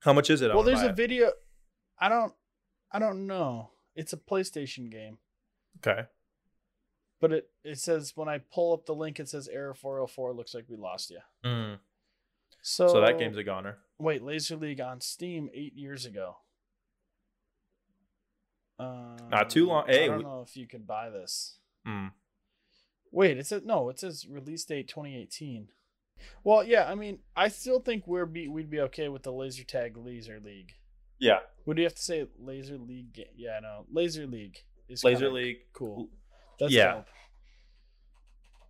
Speaker 1: How much is it? I
Speaker 2: Well,
Speaker 1: wanna
Speaker 2: there's
Speaker 1: buy
Speaker 2: a
Speaker 1: it.
Speaker 2: video. I don't. I don't know. It's a PlayStation game,
Speaker 1: okay.
Speaker 2: but it it says when I pull up the link, it says error four hundred four. Looks like we lost you.
Speaker 1: Mm.
Speaker 2: So
Speaker 1: So that game's a goner.
Speaker 2: wait Laser League on Steam eight years ago. Uh,
Speaker 1: Not too long-
Speaker 2: I
Speaker 1: hey,
Speaker 2: don't
Speaker 1: we-
Speaker 2: know if you can buy this.
Speaker 1: Mm.
Speaker 2: Wait, it says no. It says release date 2018. Well, yeah. I mean, I still think we're be we'd be okay with the laser tag laser league.
Speaker 1: Yeah,
Speaker 2: Would you have to say laser league? ga- Yeah, no, laser league is
Speaker 1: laser
Speaker 2: kinda
Speaker 1: league.
Speaker 2: Cool. That's
Speaker 1: Yeah.
Speaker 2: dope.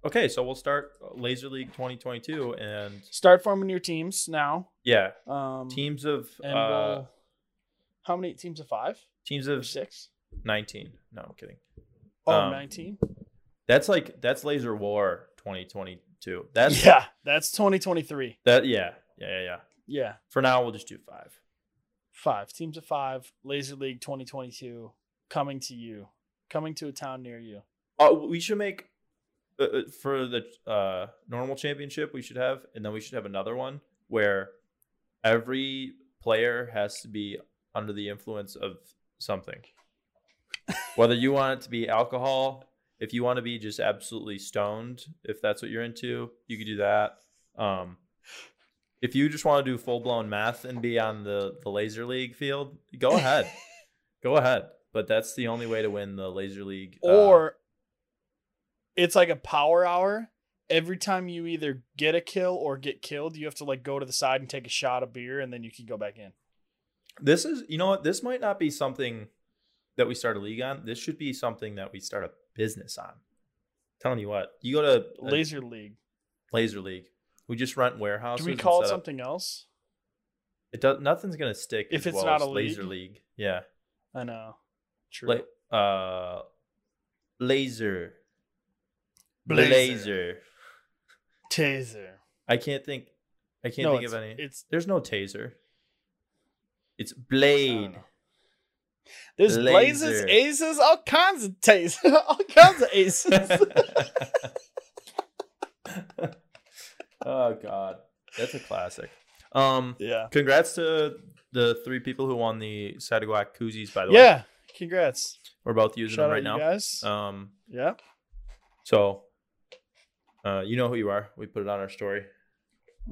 Speaker 1: Okay, so we'll start uh, Laser League 2022, and
Speaker 2: Start forming your teams now.
Speaker 1: yeah,
Speaker 2: Um,
Speaker 1: teams of
Speaker 2: and
Speaker 1: uh,
Speaker 2: we'll, how many teams of five
Speaker 1: teams
Speaker 2: or
Speaker 1: of
Speaker 2: six?
Speaker 1: 19. No, I'm kidding.
Speaker 2: Oh,
Speaker 1: Um,
Speaker 2: 19?
Speaker 1: That's like that's Laser War 2022. That's
Speaker 2: yeah, that's 2023.
Speaker 1: that yeah yeah yeah yeah.
Speaker 2: Yeah,
Speaker 1: For now, we'll just do five.
Speaker 2: five teams of five. Laser League 2022 coming to you, coming to a town near you.
Speaker 1: Uh, we should make uh, uh, for the uh, normal championship. We should have, and then we should have another one where every player has to be under the influence of something. Whether you want it to be alcohol, if you want to be just absolutely stoned, if that's what you're into, you could do that. Um, if you just want to do full blown math and be on the the laser league field, go ahead, go ahead. But that's the only way to win the laser league. uh,
Speaker 2: Or it's like a power hour. Every time you either get a kill or get killed, you have to like go to the side and take a shot of beer, and then you can go back in.
Speaker 1: This is, you know what? This might not be something that we start a league on. This should be something that we start a business on. telling you what, you go to a
Speaker 2: Laser League.
Speaker 1: laser league. We just rent warehouses.
Speaker 2: Do we
Speaker 1: and
Speaker 2: call it
Speaker 1: set up-
Speaker 2: something else?
Speaker 1: It does, nothing's gonna stick
Speaker 2: If
Speaker 1: as
Speaker 2: it's
Speaker 1: well
Speaker 2: not
Speaker 1: as
Speaker 2: a
Speaker 1: laser
Speaker 2: league?
Speaker 1: league. Yeah,
Speaker 2: I know. True.
Speaker 1: like uh, laser,
Speaker 2: Blazer.
Speaker 1: blazer.
Speaker 2: Taser.
Speaker 1: I can't think. I can't
Speaker 2: no,
Speaker 1: think of
Speaker 2: it's-
Speaker 1: any.
Speaker 2: It's
Speaker 1: There's no taser. It's
Speaker 2: I don't
Speaker 1: blade.
Speaker 2: know. There's blazes,
Speaker 1: Laser.
Speaker 2: aces, all kinds of tasers, all kinds of aces.
Speaker 1: oh god, that's a classic. Um,
Speaker 2: yeah.
Speaker 1: congrats to the three people who won the Sadaguac koozies. By the way,
Speaker 2: Yeah. Congrats.
Speaker 1: we're both using them
Speaker 2: Shout out
Speaker 1: right
Speaker 2: you
Speaker 1: now.
Speaker 2: guys.
Speaker 1: Um,
Speaker 2: yeah.
Speaker 1: so uh, you know who you are. We put it on our story.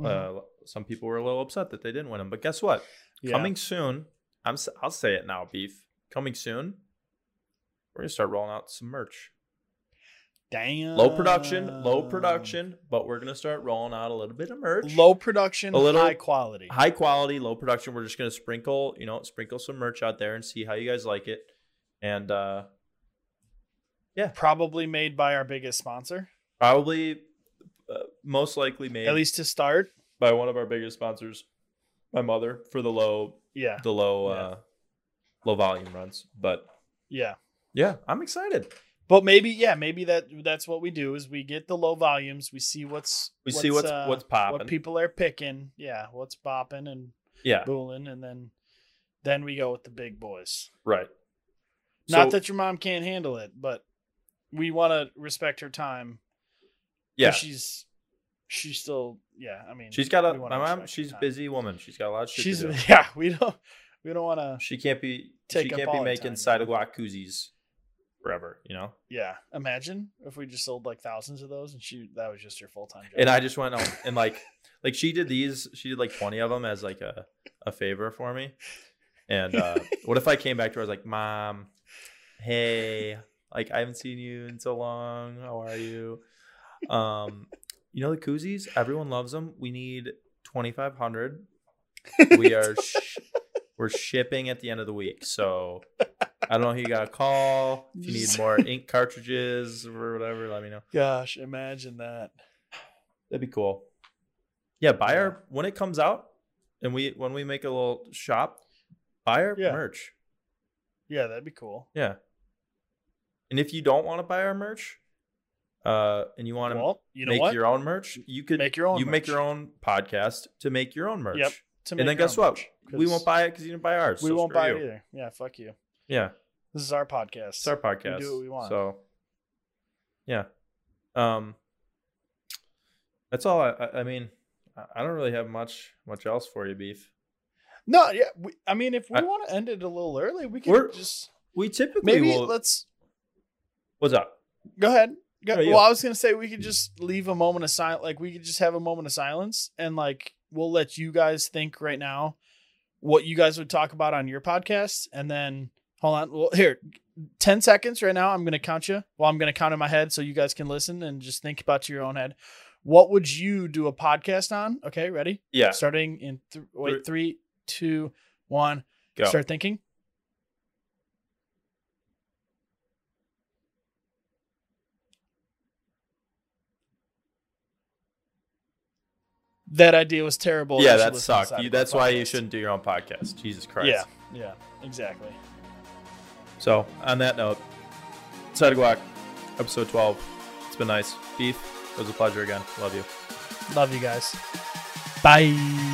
Speaker 1: Uh, some people were a little upset that they didn't win them, but guess what?
Speaker 2: Mm-hmm. Yeah.
Speaker 1: Coming soon. I'm. s- I'll say it now, beef. Coming soon. We're gonna start rolling out some merch.
Speaker 2: Damn.
Speaker 1: Low production, low production, but we're gonna start rolling out a little bit of merch.
Speaker 2: Low production,
Speaker 1: A little-
Speaker 2: high quality.
Speaker 1: high quality, low production. We're just gonna sprinkle, you know, sprinkle some merch out there and see how you guys like it. And uh
Speaker 2: Probably made by our biggest sponsor,
Speaker 1: probably, uh, most likely made
Speaker 2: at least to start.
Speaker 1: by one of our biggest sponsors, my mother, for the low,
Speaker 2: Yeah.
Speaker 1: the low,
Speaker 2: Yeah.
Speaker 1: uh low volume runs. But
Speaker 2: Yeah.
Speaker 1: yeah, I'm excited.
Speaker 2: But maybe, yeah, maybe that that's what we do is we get the low volumes, we see what's
Speaker 1: We see what's
Speaker 2: uh,
Speaker 1: what's popping.
Speaker 2: what people are picking, yeah, what's popping and
Speaker 1: yeah,
Speaker 2: booling, and then then we go with the big boys.
Speaker 1: right.
Speaker 2: Not
Speaker 1: So-
Speaker 2: that your mom can't handle it, but we want to respect her time. 'cause
Speaker 1: Yeah,
Speaker 2: she's she's still yeah. I mean,
Speaker 1: she's got a
Speaker 2: we
Speaker 1: my
Speaker 2: wanna
Speaker 1: mom.
Speaker 2: respect her
Speaker 1: She's a
Speaker 2: time.
Speaker 1: busy woman. She's got a lot of shit.
Speaker 2: She's
Speaker 1: to do.
Speaker 2: yeah. We don't we don't want to
Speaker 1: She can't be she
Speaker 2: Take up
Speaker 1: can't
Speaker 2: all
Speaker 1: be
Speaker 2: her
Speaker 1: making
Speaker 2: time,
Speaker 1: side of guac koozies forever, you know.
Speaker 2: yeah. Imagine if we just sold like thousands of those, and she that was just her full time job.
Speaker 1: And I just went out and like like she did these, she did like 20 of them as like a, a favor for me. And uh what if I came back to her I was like, "Mom, hey, like I haven't seen you in so long. How are you?" Um you know the koozies, everyone loves them. We need 2500. We are sh- we're shipping at the end of the week. So I don't know who you got to call. If you need more ink cartridges or whatever, let me know.
Speaker 2: gosh, imagine that.
Speaker 1: That'd be cool. Yeah, buy
Speaker 2: Yeah.
Speaker 1: our when it comes out and we when we make a little shop, buy our
Speaker 2: Yeah.
Speaker 1: merch.
Speaker 2: Yeah, that'd be cool.
Speaker 1: Yeah. And if you don't want to buy our merch, uh, and you want to
Speaker 2: Well, you know
Speaker 1: make
Speaker 2: what?
Speaker 1: your own merch, you could
Speaker 2: Make your own
Speaker 1: You make
Speaker 2: merch.
Speaker 1: your own podcast to make your own merch.
Speaker 2: Yep, To make
Speaker 1: And then
Speaker 2: your
Speaker 1: guess
Speaker 2: own
Speaker 1: what?
Speaker 2: merch,
Speaker 1: We
Speaker 2: 'cause
Speaker 1: won't buy it because you didn't buy ours.
Speaker 2: We
Speaker 1: so
Speaker 2: won't
Speaker 1: screw
Speaker 2: buy
Speaker 1: you.
Speaker 2: it either. Yeah, fuck you.
Speaker 1: Yeah,
Speaker 2: This is our podcast.
Speaker 1: it's our podcast.
Speaker 2: what we want.
Speaker 1: So, yeah, um, that's all. I, I, I mean, I- I don't really have much much else for you, beef.
Speaker 2: no, yeah. We, I mean, if we
Speaker 1: I-
Speaker 2: want to end it a little early, we can
Speaker 1: We're-
Speaker 2: just
Speaker 1: We typically
Speaker 2: maybe
Speaker 1: will.
Speaker 2: let's
Speaker 1: what's up?
Speaker 2: Go ahead. Go,
Speaker 1: No, you.
Speaker 2: Well, I was gonna say we could just leave a moment of silence. Like we could just have a moment of silence, and like we'll let you guys think right now what you guys would talk about on your podcast, and then hold on. Well, here, ten seconds right now. I'm gonna count you. Well, I'm gonna count in my head so you guys can listen and just think about your own head. What would you do a podcast on? Okay, ready?
Speaker 1: Yeah,
Speaker 2: Starting in th-
Speaker 1: Three-
Speaker 2: wait three, two, one.
Speaker 1: go.
Speaker 2: Start thinking. that idea was terrible.
Speaker 1: yeah,
Speaker 2: You should
Speaker 1: that
Speaker 2: listen
Speaker 1: sucked.
Speaker 2: outside
Speaker 1: You,
Speaker 2: of my
Speaker 1: that's why you
Speaker 2: podcast.
Speaker 1: shouldn't do your own podcast. Jesus Christ.
Speaker 2: Yeah, yeah, exactly.
Speaker 1: So on that note, Side of Guac, episode 12. It's been nice. Beef, it was a pleasure again. Love you.
Speaker 2: Love you guys. Bye.